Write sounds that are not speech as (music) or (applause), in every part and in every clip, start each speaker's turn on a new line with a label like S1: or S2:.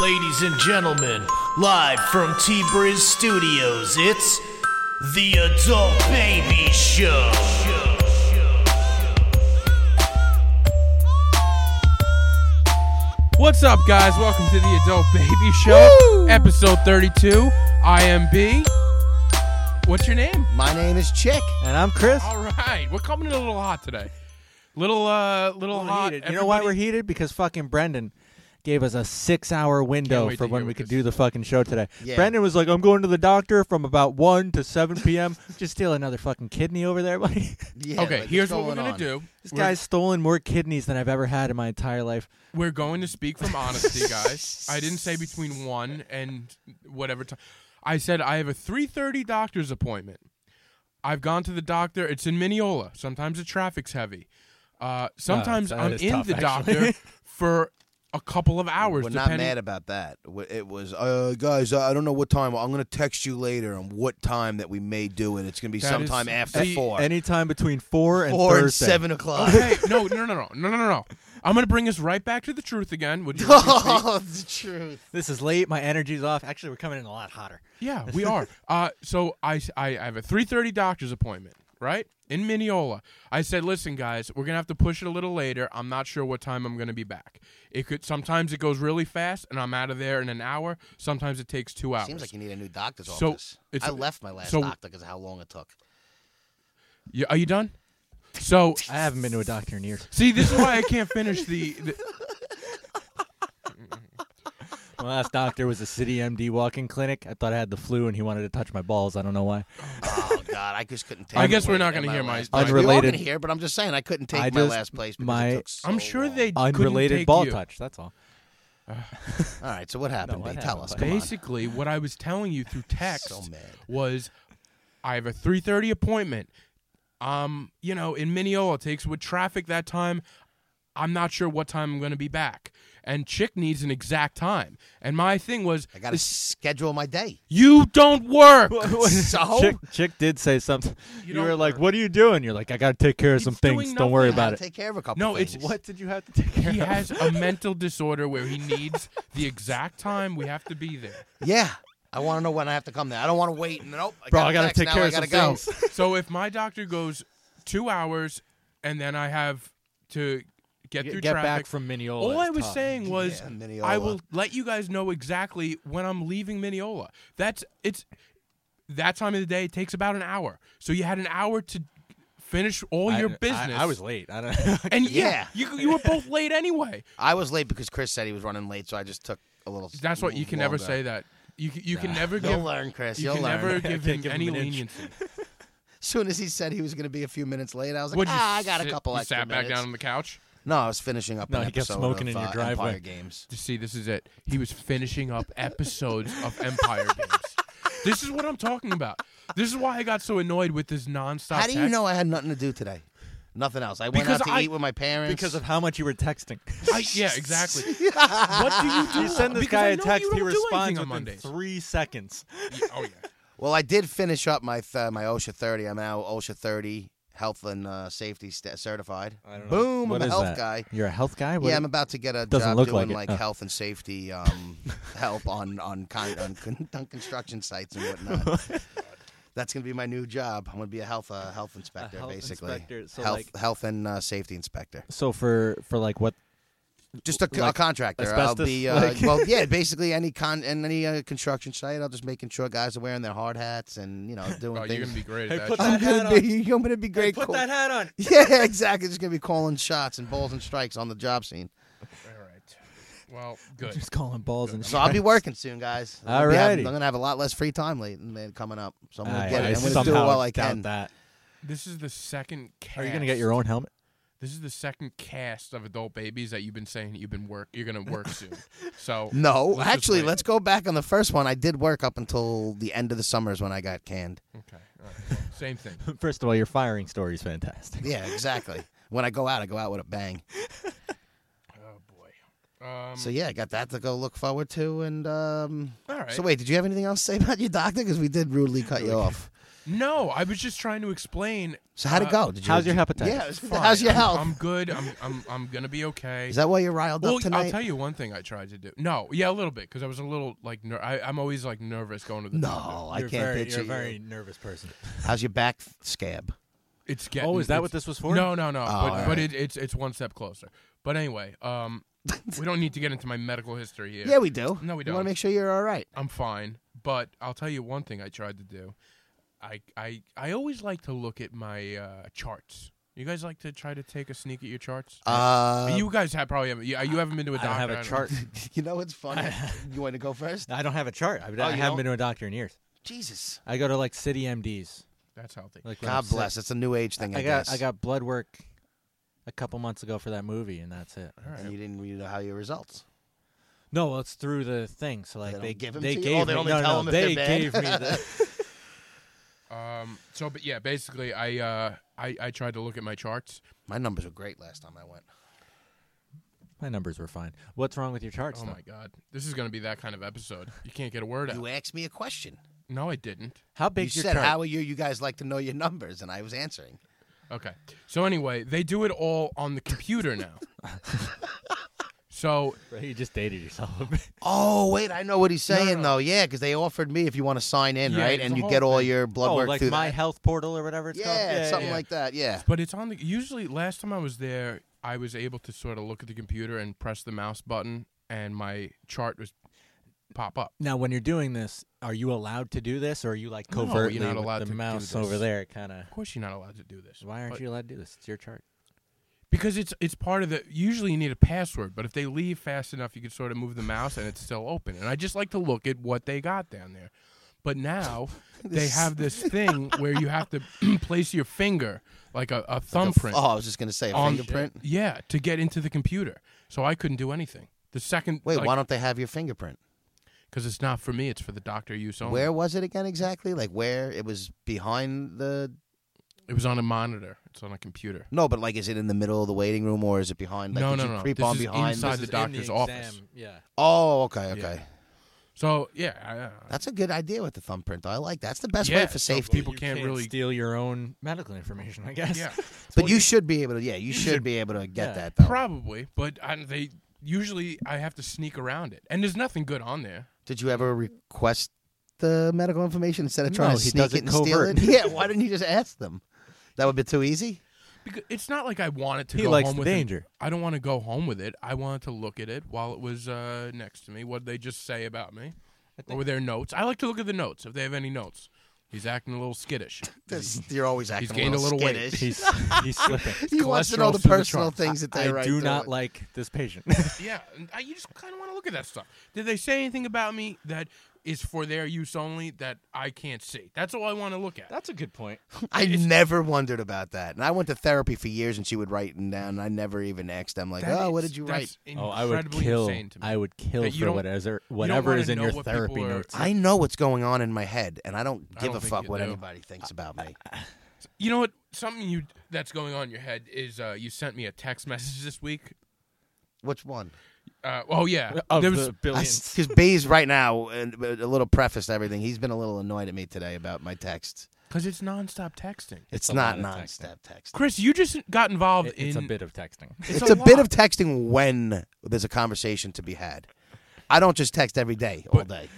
S1: Ladies and gentlemen, live from T Briz Studios, it's The Adult Baby Show.
S2: What's up, guys? Welcome to the Adult Baby Show, episode 32. I am B. What's your name?
S3: My name is Chick.
S4: And I'm Chris.
S2: All right, we're coming in a little hot today. Little, uh, little
S4: We're
S2: hot.
S4: heated. You know why we're
S2: Everybody-
S4: heated? Because fucking Brendan gave us a six hour window
S2: Can't wait
S4: for
S2: to hear
S4: when we
S2: what
S4: could
S2: this-
S4: do the fucking show today.
S3: Yeah.
S4: Brendan was like, I'm going to the doctor from about 1
S2: (laughs)
S4: to 7 p.m. Just steal another fucking kidney over there, buddy. (laughs)
S3: Yeah,
S2: okay,
S3: like,
S2: here's
S3: what's
S2: what we're
S3: going
S2: gonna
S3: on?
S2: do.
S4: this
S2: We're-
S4: guy's stolen more kidneys than I've ever had in my entire life.
S2: We're going to speak from honesty, guys. I didn't say between one and whatever time. I said I have a three thirty doctor's appointment. I've gone to the doctor. It's in Mineola. Sometimes the traffic's heavy. Uh, sometimes
S4: that
S2: I'm
S4: is
S2: in
S4: tough,
S2: the
S4: actually. (laughs)
S2: doctor for a couple of hours.
S3: We're not
S2: depending-
S3: mad about that. W- It was, uh, guys, I I don't know what time. I'm going to text you later on what time that we may do it. It's going to be
S2: That is-
S3: sometime after
S2: See,
S3: four.
S4: Anytime between 4 and
S3: four and
S4: Thursday.
S3: seven
S5: (laughs)
S3: o'clock. (laughs)
S2: Okay, no, no, no, no, no, no, no, no. I'm gonna bring us right back to the truth again.
S4: (laughs)
S2: Would you?
S5: (laughs)
S3: oh, the truth.
S4: This is late. My energy's off. Actually, we're coming in a lot hotter.
S5: (laughs)
S2: Yeah, we are. Uh, so I, I, I have a three thirty doctor's appointment, right in Mineola. I said, listen, guys, we're gonna have to push it a little later. I'm not sure what time I'm gonna be back. It could sometimes it goes really fast, and I'm out of there in an hour. Sometimes it takes two hours.
S5: Seems like you need a new doctor's
S2: So,
S5: office.
S2: it's-
S5: I left my last
S2: so-
S5: doctor because of how long it took.
S2: You- are you done? So
S4: I haven't been to a doctor in years.
S2: see, this is why I can't finish the. the
S5: (laughs)
S4: My last doctor was a city MD walk-in clinic. I thought I had the flu, and he wanted to touch my balls. I don't know why.
S5: Oh God, I just couldn't take.
S2: I guess
S5: the
S2: we're not gonna
S5: weight in
S2: hear my-
S5: last
S2: my-
S5: place. We all
S4: Unrelated-
S5: can hear, but I'm just saying I couldn't take
S4: I
S5: my
S4: just-
S5: last place. Because
S4: my-
S5: it took so
S2: I'm sure
S5: long.
S2: they couldn't
S4: Unrelated
S2: take
S4: ball
S2: you.
S4: touch. That's all.
S5: All right, so what happened?
S4: what
S5: B? Tell
S4: happened,
S5: us.
S4: buddy?
S5: Come on.
S2: Basically, what I was telling you through text
S5: (laughs) So mad.
S2: was, I have a three thirty appointment. Um, you know, in Mineola, it takes with traffic that time. I'm not sure what time I'm going to be back, and Chick needs an exact time. And my thing was,
S5: I got to
S2: this-
S5: schedule my day.
S2: you don't
S5: (laughs)
S2: work.
S5: So
S4: Chick, Chick did say something. You,
S2: don't
S4: were like,
S2: work.
S4: "What are you doing?" You're like, "I got to take care of
S2: He's
S4: some
S2: doing
S4: things. Don't worry
S2: nothing.
S5: I
S4: about
S5: gotta
S4: it."
S5: take care of a couple.
S2: No, it's-
S5: things.
S4: What did you have to take care
S2: he
S4: of?
S2: has a mental disorder where he needs the exact time we have to be there.
S5: yeah. I want to know when I have to come there. I don't want to wait. And, nope. I
S4: Bro,
S5: got
S4: I gotta
S5: text,
S4: take
S5: now
S4: care
S5: I
S4: of
S5: gotta
S4: some
S5: go.
S4: things.
S2: So if my doctor goes two hours, and then I have to get through
S4: Get
S2: traffic,
S4: back from Mineola.
S2: All
S4: is
S2: I was
S4: tough.
S2: saying was,
S5: Yeah, Mineola.
S2: I will let you guys know exactly when I'm leaving Mineola. That's it's that time of the day. It takes about an hour, so you had an hour to finish all
S4: I-
S2: your
S4: I-
S2: business.
S4: I, was late. I don't.
S2: and yeah,
S5: Yeah.
S2: you, you were both late anyway.
S5: I was late because Chris said he was running late, so I just took a little.
S2: (laughs) That's what you
S5: little
S2: can never
S5: longer.
S2: say that. You c- you can never
S5: You'll
S2: give
S5: learn, Chris.
S2: you
S5: You'll
S2: can
S5: learn. (laughs)
S2: never
S4: I
S2: give
S4: can't
S2: him
S4: give him
S2: any
S4: an inch.
S2: leniency.
S5: soon as he said he was going to be a few minutes late, I was like,
S2: What'd you
S5: ah, I got a
S2: sit-
S5: couple
S2: you
S5: extra
S2: sat back
S5: minutes.
S2: down on the couch.
S5: No, I was finishing up
S4: No,
S5: an
S4: he kept
S5: episode
S4: smoking
S5: of,
S4: in your
S5: uh,
S4: driveway.
S5: Empire Games.
S2: To see, this is it. He was finishing up episodes of
S4: (laughs)
S2: Empire Games. This is what I'm talking about. This is why I got so annoyed with this nonstop.
S5: How do you
S2: text.
S5: know I had nothing to do today? Nothing else. I went
S2: Because
S5: out to
S2: I-
S5: eat with my parents.
S4: because of how much you were texting.
S2: I, yeah,
S5: (laughs)
S2: exactly. what do you do?
S4: You send this
S2: Because
S4: guy
S2: I
S4: a
S2: know you
S4: text.
S2: don't
S4: He
S2: do anything
S4: responds
S2: on
S4: within
S2: Mondays.
S4: three seconds.
S2: Yeah, oh yeah.
S5: well, I did finish up my th- uh, my OSHA 30. I'm now OSHA 30 health and uh, safety st- certified. Boom!
S4: What
S5: I'm a
S4: is
S5: health
S4: that?
S5: guy.
S4: You're a health guy. What
S5: yeah,
S4: is-
S5: I'm about to get a
S4: Doesn't
S5: job
S4: look like
S5: doing
S4: it.
S5: like
S4: Oh.
S5: health and safety
S4: (laughs)
S5: um, help on on, con- on, con- (laughs) on construction sites and
S4: (laughs)
S5: whatnot. That's gonna be my new job. I'm gonna be a health uh, health inspector,
S4: health
S5: basically.
S4: inspector, so,
S5: health
S4: like-
S5: health and uh, safety inspector.
S4: so for for like what?
S5: Just a, c- a
S4: Like
S5: contractor. I'll
S4: asbestos?
S5: be uh,
S4: Like-
S5: well,
S4: (laughs)
S5: yeah. Basically, any con and any uh, construction site. I'll just making sure guys are wearing their hard hats and you know doing
S2: Oh,
S5: things.
S2: you're gonna be great
S4: Hey,
S2: at
S4: put
S2: that.
S5: (laughs) I'm
S4: that hat
S5: gonna
S4: on.
S5: be. I'm gonna be great.
S4: Put
S5: call-
S4: that hat on.
S5: (laughs) yeah, exactly. Just gonna be calling shots and balls and strikes on the job scene.
S2: All right. Well, good.
S4: Just calling balls and.
S5: So I'll be working soon, guys. I'm gonna be having-
S4: Alrighty.
S5: I'm gonna have a lot less free time late man, coming up, so I'm gonna
S4: I,
S5: get
S4: I
S5: it. I'm gonna do it
S4: somehow
S5: while I
S4: doubt
S5: can.
S4: that.
S2: This is the second cast.
S4: Are you gonna get your own helmet?
S2: This is the second cast of adult babies that you've been saying that you've been work. You're gonna work
S4: (laughs)
S2: soon. So
S5: No,
S2: Let's just
S5: actually,
S2: wait.
S5: let's go back on the first one. I did work up until the end of the summers when I got canned.
S2: okay, all right. same thing.
S4: First of all, your firing story
S5: (laughs)
S4: is fantastic.
S5: Yeah, exactly. when I go out, I go out with a bang.
S2: (laughs) Oh boy. Um,
S5: So yeah, I got that to go look forward to. And um,
S2: all right.
S5: so wait, did you have anything else to say about your doctor? Because we did rudely cut you off.
S2: No, I was just trying to explain.
S5: So how'd it go? Did you,
S4: How's your hepatitis?
S5: Yeah, (laughs) how's your
S2: Uh, I'm-
S5: health?
S2: I'm good. I'm I'm I'm gonna be
S4: (laughs)
S2: okay.
S5: Is that why you're riled
S2: well,
S5: up tonight?
S2: I'll tell you one thing I tried to do. No, yeah, a little bit because I was a little like ner- I, I'm always like nervous going to the.
S5: no, I
S4: You're
S5: can't
S4: very,
S5: picture
S4: You're a
S5: you.
S4: very nervous person.
S5: How's your back scab?
S2: It's getting.
S4: oh, is that
S2: it's-
S4: what this was for?
S2: No, no, no. but
S5: all
S2: but
S5: right.
S2: it, it's it's one step closer. But anyway, um,
S5: (laughs)
S2: we don't need to get into my medical history here.
S5: Yeah, we do.
S2: No, we
S5: want
S2: don't.
S5: to make sure you're all right.
S2: I'm fine. But I'll tell you one thing I tried to do. I I I always like to look at my uh, charts. You guys like to try to take a sneak at your charts?
S5: Uh,
S2: you guys have probably haven't. You, you haven't been to a
S4: I
S2: doctor.
S4: don't have a
S2: know.
S4: chart.
S5: (laughs) you know
S2: (laughs)
S5: what's funny? you want to go first?
S4: (laughs) I don't have a chart. I, I
S5: you
S4: haven't
S5: don't?
S4: been to a doctor in years.
S5: Jesus.
S4: I go to like city MDs.
S2: That's healthy.
S4: Like when I'm
S5: God
S4: sick.
S5: bless. It's a new age thing. I,
S4: I
S5: guess.
S4: got I got blood work a couple months ago for that movie, and that's it.
S5: And you didn't read how your results.
S4: No, well, it's through the thing. So like
S5: don't
S4: they
S5: give 'em
S4: they
S5: to you?
S4: gave
S5: Oh, they
S4: me,
S5: only
S4: no,
S5: tell
S4: no,
S5: 'em if
S4: they
S5: they're bad?
S4: gave me the
S5: (laughs)
S2: Um. So, but yeah, basically, I uh, I I tried to look at my charts.
S5: My numbers were great last time I went.
S4: my numbers were fine. What's wrong with your charts?
S2: Oh
S4: though?
S2: my god, this is gonna be that kind of episode. You can't get a word out.
S5: You asked me a question.
S2: No, I didn't.
S4: How big's
S5: you
S4: your
S5: said,
S4: chart?
S5: "How are you? You guys like to know your numbers," and I was answering.
S2: Okay. So anyway, they do it all on the computer now. so
S4: (laughs) you just dated yourself. a bit.
S5: Oh wait, I know what he's
S2: no, no.
S5: saying though. Yeah, because they offered me if you want to sign in,
S2: Yeah,
S5: right,
S2: it's
S5: and
S2: a
S5: you
S2: whole
S5: get all
S2: thing.
S5: your blood
S4: oh,
S5: work
S4: like
S5: through
S4: my
S5: that.
S4: health portal or whatever it's called.
S5: Yeah, something
S4: yeah.
S5: like that. Yeah.
S2: But it's on the. Usually, last time I was there, I was able to sort of look at the computer and press the mouse button, and my chart was pop up.
S4: Now, when you're doing this, are you allowed to do this, or are you like
S2: No, you're
S4: covertly
S2: not
S4: with
S2: allowed
S4: the
S2: to do
S4: mouse
S2: this.
S4: over there, kind of?
S2: Of course, you're not allowed to do this.
S4: Why aren't
S2: But-
S4: you allowed to do this? It's your chart.
S2: Because it's it's part of the. Usually, you need a password, but if they leave fast enough, you can sort of move the mouse, and it's still open. And I just like to look at what they got down there. But
S5: (laughs)
S2: now they have this thing where you have to (clears throat) place your finger like a, a thumbprint.
S5: Oh, I was just gonna say a
S2: on-
S5: fingerprint.
S2: Yeah, to get into the computer. So I couldn't do anything. The second
S5: Wait,
S2: like,
S5: why don't they have your fingerprint?
S2: Because it's not for me; it's for the doctor use only.
S5: Where was it again exactly? Like where it was behind the
S2: It was on a monitor. It's on a computer.
S5: no, but like is it in the middle of the waiting room or is it behind? Like,
S2: No, no,
S5: did you
S2: no.
S5: Creep
S2: This
S5: on
S2: is
S5: behind.
S2: inside- This the is in the doctor's office. exam,
S4: Yeah.
S5: Oh, okay, okay.
S2: So yeah, I, uh, I,
S5: That's a good idea with the thumbprint. Though. I like that's the best way
S2: Yeah,
S5: for
S2: so
S5: safety.
S2: people can't, really.
S4: steal your own medical information, I guess.
S2: Yeah,
S5: (laughs) but you should be able to. Yeah, you should be able to get
S4: yeah.
S5: that though.
S2: probably. But I, they usually I have to sneak around it, and there's nothing good on there.
S5: Did you ever request the medical information instead of trying
S4: No,
S5: to
S4: he
S5: sneak
S4: does
S5: it
S4: it
S5: and steal
S4: covert.
S5: it? (laughs) Yeah, why didn't you just ask them? That would be too easy.
S2: Because it's not like I wanted to
S4: He
S2: go
S4: likes
S2: home
S4: the
S2: with it.
S4: danger.
S2: I don't want to go home with it. I wanted to look at it while it was uh, next to me. What did they just say about me? What were their notes? I like to look at the notes if they have any notes. He's acting a little skittish.
S5: This- you're always acting
S2: gained a little weight. (laughs)
S5: skittish.
S4: (laughs) He's he's slipping.
S5: He wants to
S2: cholesterol through
S5: know the
S2: the
S5: personal
S2: trunk.
S5: things that
S4: I
S5: they write
S4: do
S5: to
S4: not
S5: it.
S4: like this patient. (laughs)
S2: yeah, and I, you just kind of want to look at that stuff. Did they say anything about me that is for their use only that I can't see? (laughs) That's all I want to look at.
S4: That's a good point.
S5: I never wondered about that, and I went to therapy for years, and she would write them down. And I never even asked them like,
S2: That
S5: "Oh, what
S2: is-
S5: did you write?"
S2: that's
S4: Oh, I would
S2: incredibly
S4: kill.
S2: insane to me.
S4: I would kill
S2: That you
S4: for
S2: don't-
S4: whatever
S2: don't
S4: whatever
S2: wanna
S4: is in
S2: know
S4: your
S2: what
S4: therapy
S2: people are-
S4: notes.
S5: I know what's going on in my head, and I don't
S2: I
S5: give
S2: don't
S5: a
S2: think
S5: fuck
S2: you
S5: what
S2: do.
S5: anybody thinks
S2: (laughs)
S5: about me.
S2: You know what? Something you that's going on in your head is uh, you sent me a text message this week.
S5: Which one?
S2: Uh, oh yeah,
S4: Of
S2: there was
S4: the billions.
S5: Because B's right now, and but a little preface to everything, he's been a little annoyed at me today about my texts.
S2: because it's nonstop texting.
S5: It's,
S4: a
S5: not
S4: lot of
S5: nonstop text.
S2: Chris, you just got involved
S4: It- it's a
S2: (laughs) in
S4: bit of texting.
S5: It's,
S2: a
S5: a, bit
S2: lot.
S5: of texting when there's a conversation to be had. I don't just text every day, all day.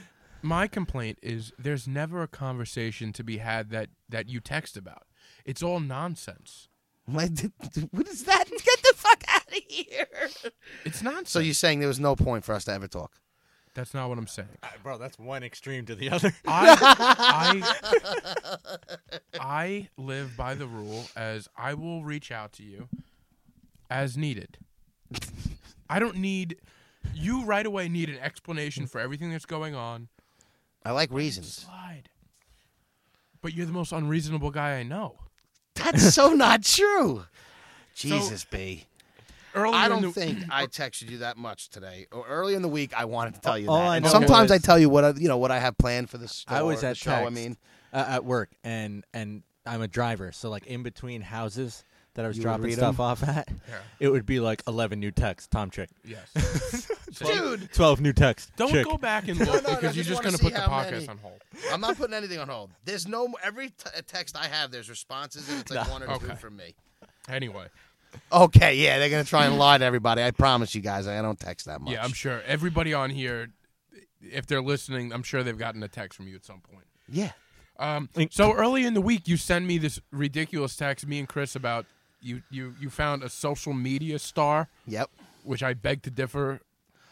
S2: my complaint is there's never a conversation to be had that that you text about. It's all nonsense.
S5: My- what is that? (laughs) Get the fuck out of here.
S2: It's nonsense.
S5: So you're saying there was no point for us to ever talk?
S2: that's not what I'm
S4: (laughs)
S2: saying.
S4: Bro, that's one extreme to the (laughs) other.
S2: I, I, I live by the rule as I will reach out to you as needed. I don't need you right away. Need an explanation for everything that's going on.
S5: I like reasons.
S2: Slide. But you're the most unreasonable guy I know.
S5: That's so not true. Jesus, B.
S2: Earlier
S4: Oh,
S5: I
S2: in
S5: don't
S2: the,
S5: (laughs)
S4: (laughs)
S5: think I texted you that much today. Or early in the week, I wanted to tell you
S4: All
S5: that.
S4: Oh, I
S5: And
S4: know
S5: sometimes
S4: was-
S5: I tell you what I, you know what I have planned for the store.
S4: I was
S5: the
S4: at
S5: show.
S4: text,
S5: I mean,
S4: uh, at work, and and I'm a driver, so like in between houses, that I was
S5: You would
S4: dropping
S5: read
S4: stuff
S5: them?
S4: off at, it would be like 11 new texts, Tom Chick.
S2: Yes.
S5: Dude,
S4: 12 new texts.
S2: (laughs) Don't
S4: Chick.
S2: go back and look
S5: no, I
S2: because you're
S5: just
S2: just
S5: wanna
S2: going to
S5: see
S2: put the
S5: how
S2: podcast
S5: many.
S2: on hold.
S5: (laughs) I'm not putting anything on hold. There's no every t- text I have. There's responses,
S4: (laughs)
S5: and it's like one or two
S2: Okay.
S5: from me.
S2: Anyway,
S5: Okay, yeah, they're gonna try and lie to everybody. I promise you guys, I don't text that much.
S2: yeah, I'm sure everybody on here, if they're listening, I'm sure they've gotten a text from you at some point.
S5: yeah.
S2: Um,
S4: Link.
S2: so early in the week, you send me this ridiculous text, me and Chris, about you you you found a social media star,
S5: Yep.
S2: which I beg to differ.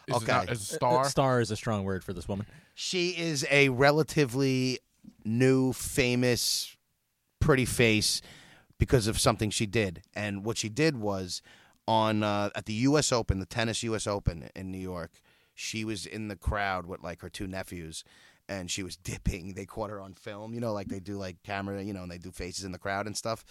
S2: Is
S5: Okay.
S2: not as a
S4: Uh,
S2: star.
S4: Star is a strong word for this woman.
S5: She is a relatively new, famous, pretty face because of something she did. And what she did was on uh, at the U.S. Open, the tennis U.S. Open in New York. She was in the crowd with like her two nephews, and she was (laughs) dipping. They caught her on film, you know, like they do like camera, you know, and they do faces in the crowd and stuff.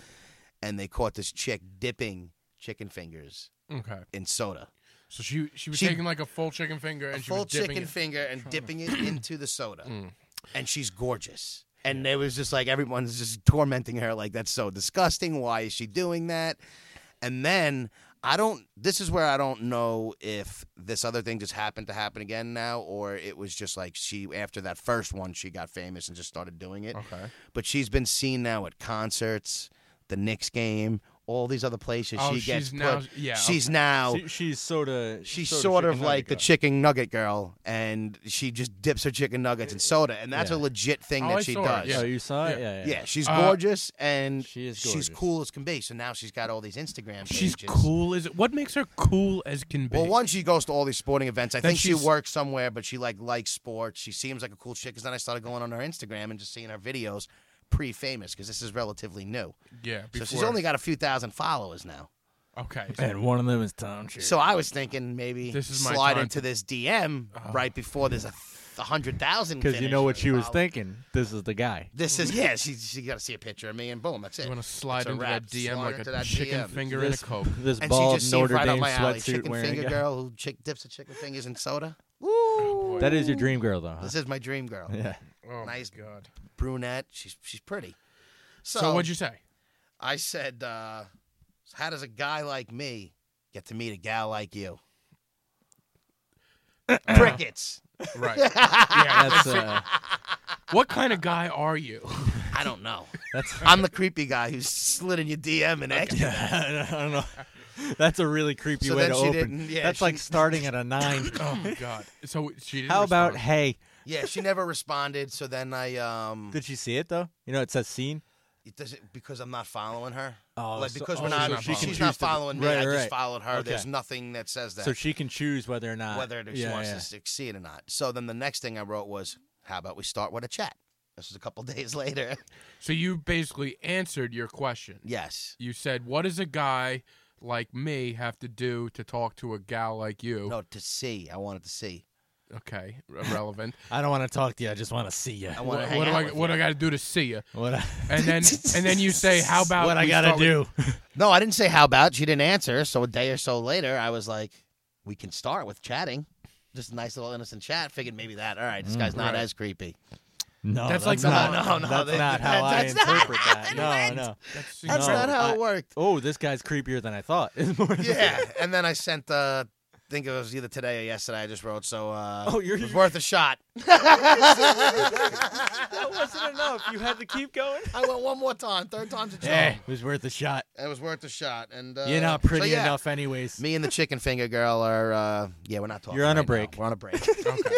S5: And they caught this chick dipping chicken fingers
S2: Okay,
S5: in soda.
S2: so she she was
S5: She-
S2: taking like a full chicken finger and she
S5: full
S2: was dipping
S5: chicken
S2: it.
S5: finger and dipping (clears throat) it into the soda. And she's gorgeous. Hmm. And it was just like everyone's just tormenting her, like, that's so disgusting. Why is she doing that? And then I don't, this is where I don't know if this other thing just happened to happen again now, or it was just like she, after that first one, she got famous and just started doing it.
S2: Okay.
S5: But she's been seen now at concerts, the Knicks game, all these other places.
S2: Oh,
S5: she
S2: she's
S5: gets
S2: now-
S5: put-
S2: yeah,
S5: She's now
S4: she's sort of.
S5: she's sort of like the chicken nugget girl, and she just dips her chicken nuggets in soda, and that's a
S4: Yeah.
S5: legit thing
S2: Oh,
S5: that
S2: I
S5: she
S2: saw it,
S5: does.
S4: Yeah, you saw it?
S2: Yeah.
S4: Yeah, yeah.
S5: Yeah, she's
S2: Uh,
S5: gorgeous, and
S4: she is
S5: she's
S4: gorgeous.
S5: cool as can be. So now she's got all these Instagram pages.
S2: She's cool as what makes her cool as can be.
S5: Well, one, she goes to all these sporting events. I
S2: Then
S5: think she
S2: she's-
S5: works somewhere, but she like likes sports. She seems like a cool chick. Because then I started going on her Instagram and just seeing her videos pre-famous, because this is relatively new.
S2: yeah,
S5: So
S2: before,
S5: she's only got a few thousand followers now.
S2: okay.
S4: And one of them is Tom Chick.
S5: So I was thinking maybe
S2: This is my
S5: slide
S2: time Oh.
S5: into this DM right before there's a hundred thousand. Uh,
S4: Because you know what she was thinking. This is the guy.
S5: This is yeah. She she got to see a picture of me, and boom, that's it.
S2: You want to
S5: It's
S2: slide
S5: a
S2: into
S5: wrap.
S2: that DM
S5: Slide
S2: like
S5: into
S2: a
S5: that Oh,
S2: chicken
S5: DM.
S2: finger
S4: this,
S2: and a
S5: (laughs)
S2: coke.
S4: This
S5: And
S4: bald
S5: she just seemed
S4: Notre
S5: right
S4: Dame
S5: up my alley.
S4: sweatsuit
S5: Chicken
S4: wearing
S5: finger
S4: guy.
S5: girl who chick dips her chicken fingers in soda.
S4: That is your dream girl, though. huh?
S5: This is my dream girl.
S4: (laughs) Yeah.
S2: Oh
S5: Nice.
S2: my god.
S5: Brunette. She's she's pretty. So,
S2: So, what'd you say?
S5: I said, uh, how does a guy like me get to meet a gal like
S2: (clears throat)
S5: you? Crickets.
S2: Right.
S5: (laughs)
S2: yeah.
S4: That's uh,
S2: What kind of guy are
S5: (laughs)
S2: you?
S5: I don't know.
S4: (laughs) that's.
S5: I'm the creepy guy who slid in your DM and asked you
S4: (laughs) I don't know. That's a really creepy
S5: So
S4: way
S5: then
S4: to
S5: she
S4: open.
S5: didn't- yeah,
S4: that's
S5: she-
S4: like
S5: (laughs)
S4: starting at a nine.
S2: Oh my god. So she didn't
S4: How about
S2: respond.
S4: hey?
S5: Yeah, she never responded. So then I um,
S4: Did you see it though? You know it says scene.
S5: it does it because I'm not following her.
S4: Oh,
S5: like
S4: so-
S5: because
S4: oh,
S5: when
S4: so
S5: I
S2: not
S5: she's,
S2: following.
S5: not
S4: Choose to-
S5: following me,
S4: right,
S5: I
S4: right.
S5: just followed her.
S4: Okay.
S5: There's nothing that says that
S4: So she can choose whether or not
S5: whether she
S4: yeah,
S5: wants
S4: yeah.
S5: to succeed or not. So then the next thing I wrote was, "How about we start with a chat?" This was a couple (laughs) days later.
S2: So you basically answered your question.
S5: yes.
S2: You said, "What does a guy like me have to do to talk to a gal like you?"
S5: No, to see. I wanted to see.
S2: Okay,
S5: (laughs)
S2: irrelevant.
S4: I don't want to talk to you. I just want to see you.
S5: I
S2: what
S5: want to hang
S2: what do
S5: out
S2: I
S5: with
S2: what
S5: you.
S2: do I got to do to see you?
S4: What? I,
S2: And
S5: (laughs)
S2: then and then you say, "How about
S4: what I
S2: we
S4: gotta
S2: start with-
S4: do?
S5: No, I didn't say how about. She didn't answer. So a day or so later, I was like, "We can start with chatting." Just a nice little innocent chat. Figured maybe that. All
S4: Mm,
S5: right, this guy's not
S2: right.
S5: as creepy.
S4: (laughs) No,
S2: That's like
S4: not,
S2: the-
S5: no, no,
S4: (laughs) That's
S5: they-
S4: not how I
S5: that's not how
S4: interpret
S5: it
S4: that.
S5: went.
S4: No, no.
S2: That's,
S5: That's
S4: No,
S5: not how
S4: I-
S5: it worked. (laughs)
S4: Oh, this guy's creepier than I thought. (laughs) It's more than-
S5: Yeah, and then I sent the. I think it was either today or yesterday. I just wrote so. Uh,
S4: Oh, you're-
S5: it was worth a shot.
S4: that wasn't enough. You had
S2: (laughs)
S4: to keep going.
S5: I went one more time, third time's a charm.
S4: Yeah, it was worth a shot.
S5: It was worth a shot, and uh,
S4: You're not
S5: so,
S4: pretty
S5: yeah.
S4: enough, anyways.
S5: Me and the chicken finger girl are. Uh, yeah, we're not talking.
S4: You're on a
S5: right now.
S4: break.
S5: We're on a (laughs) break.
S2: okay.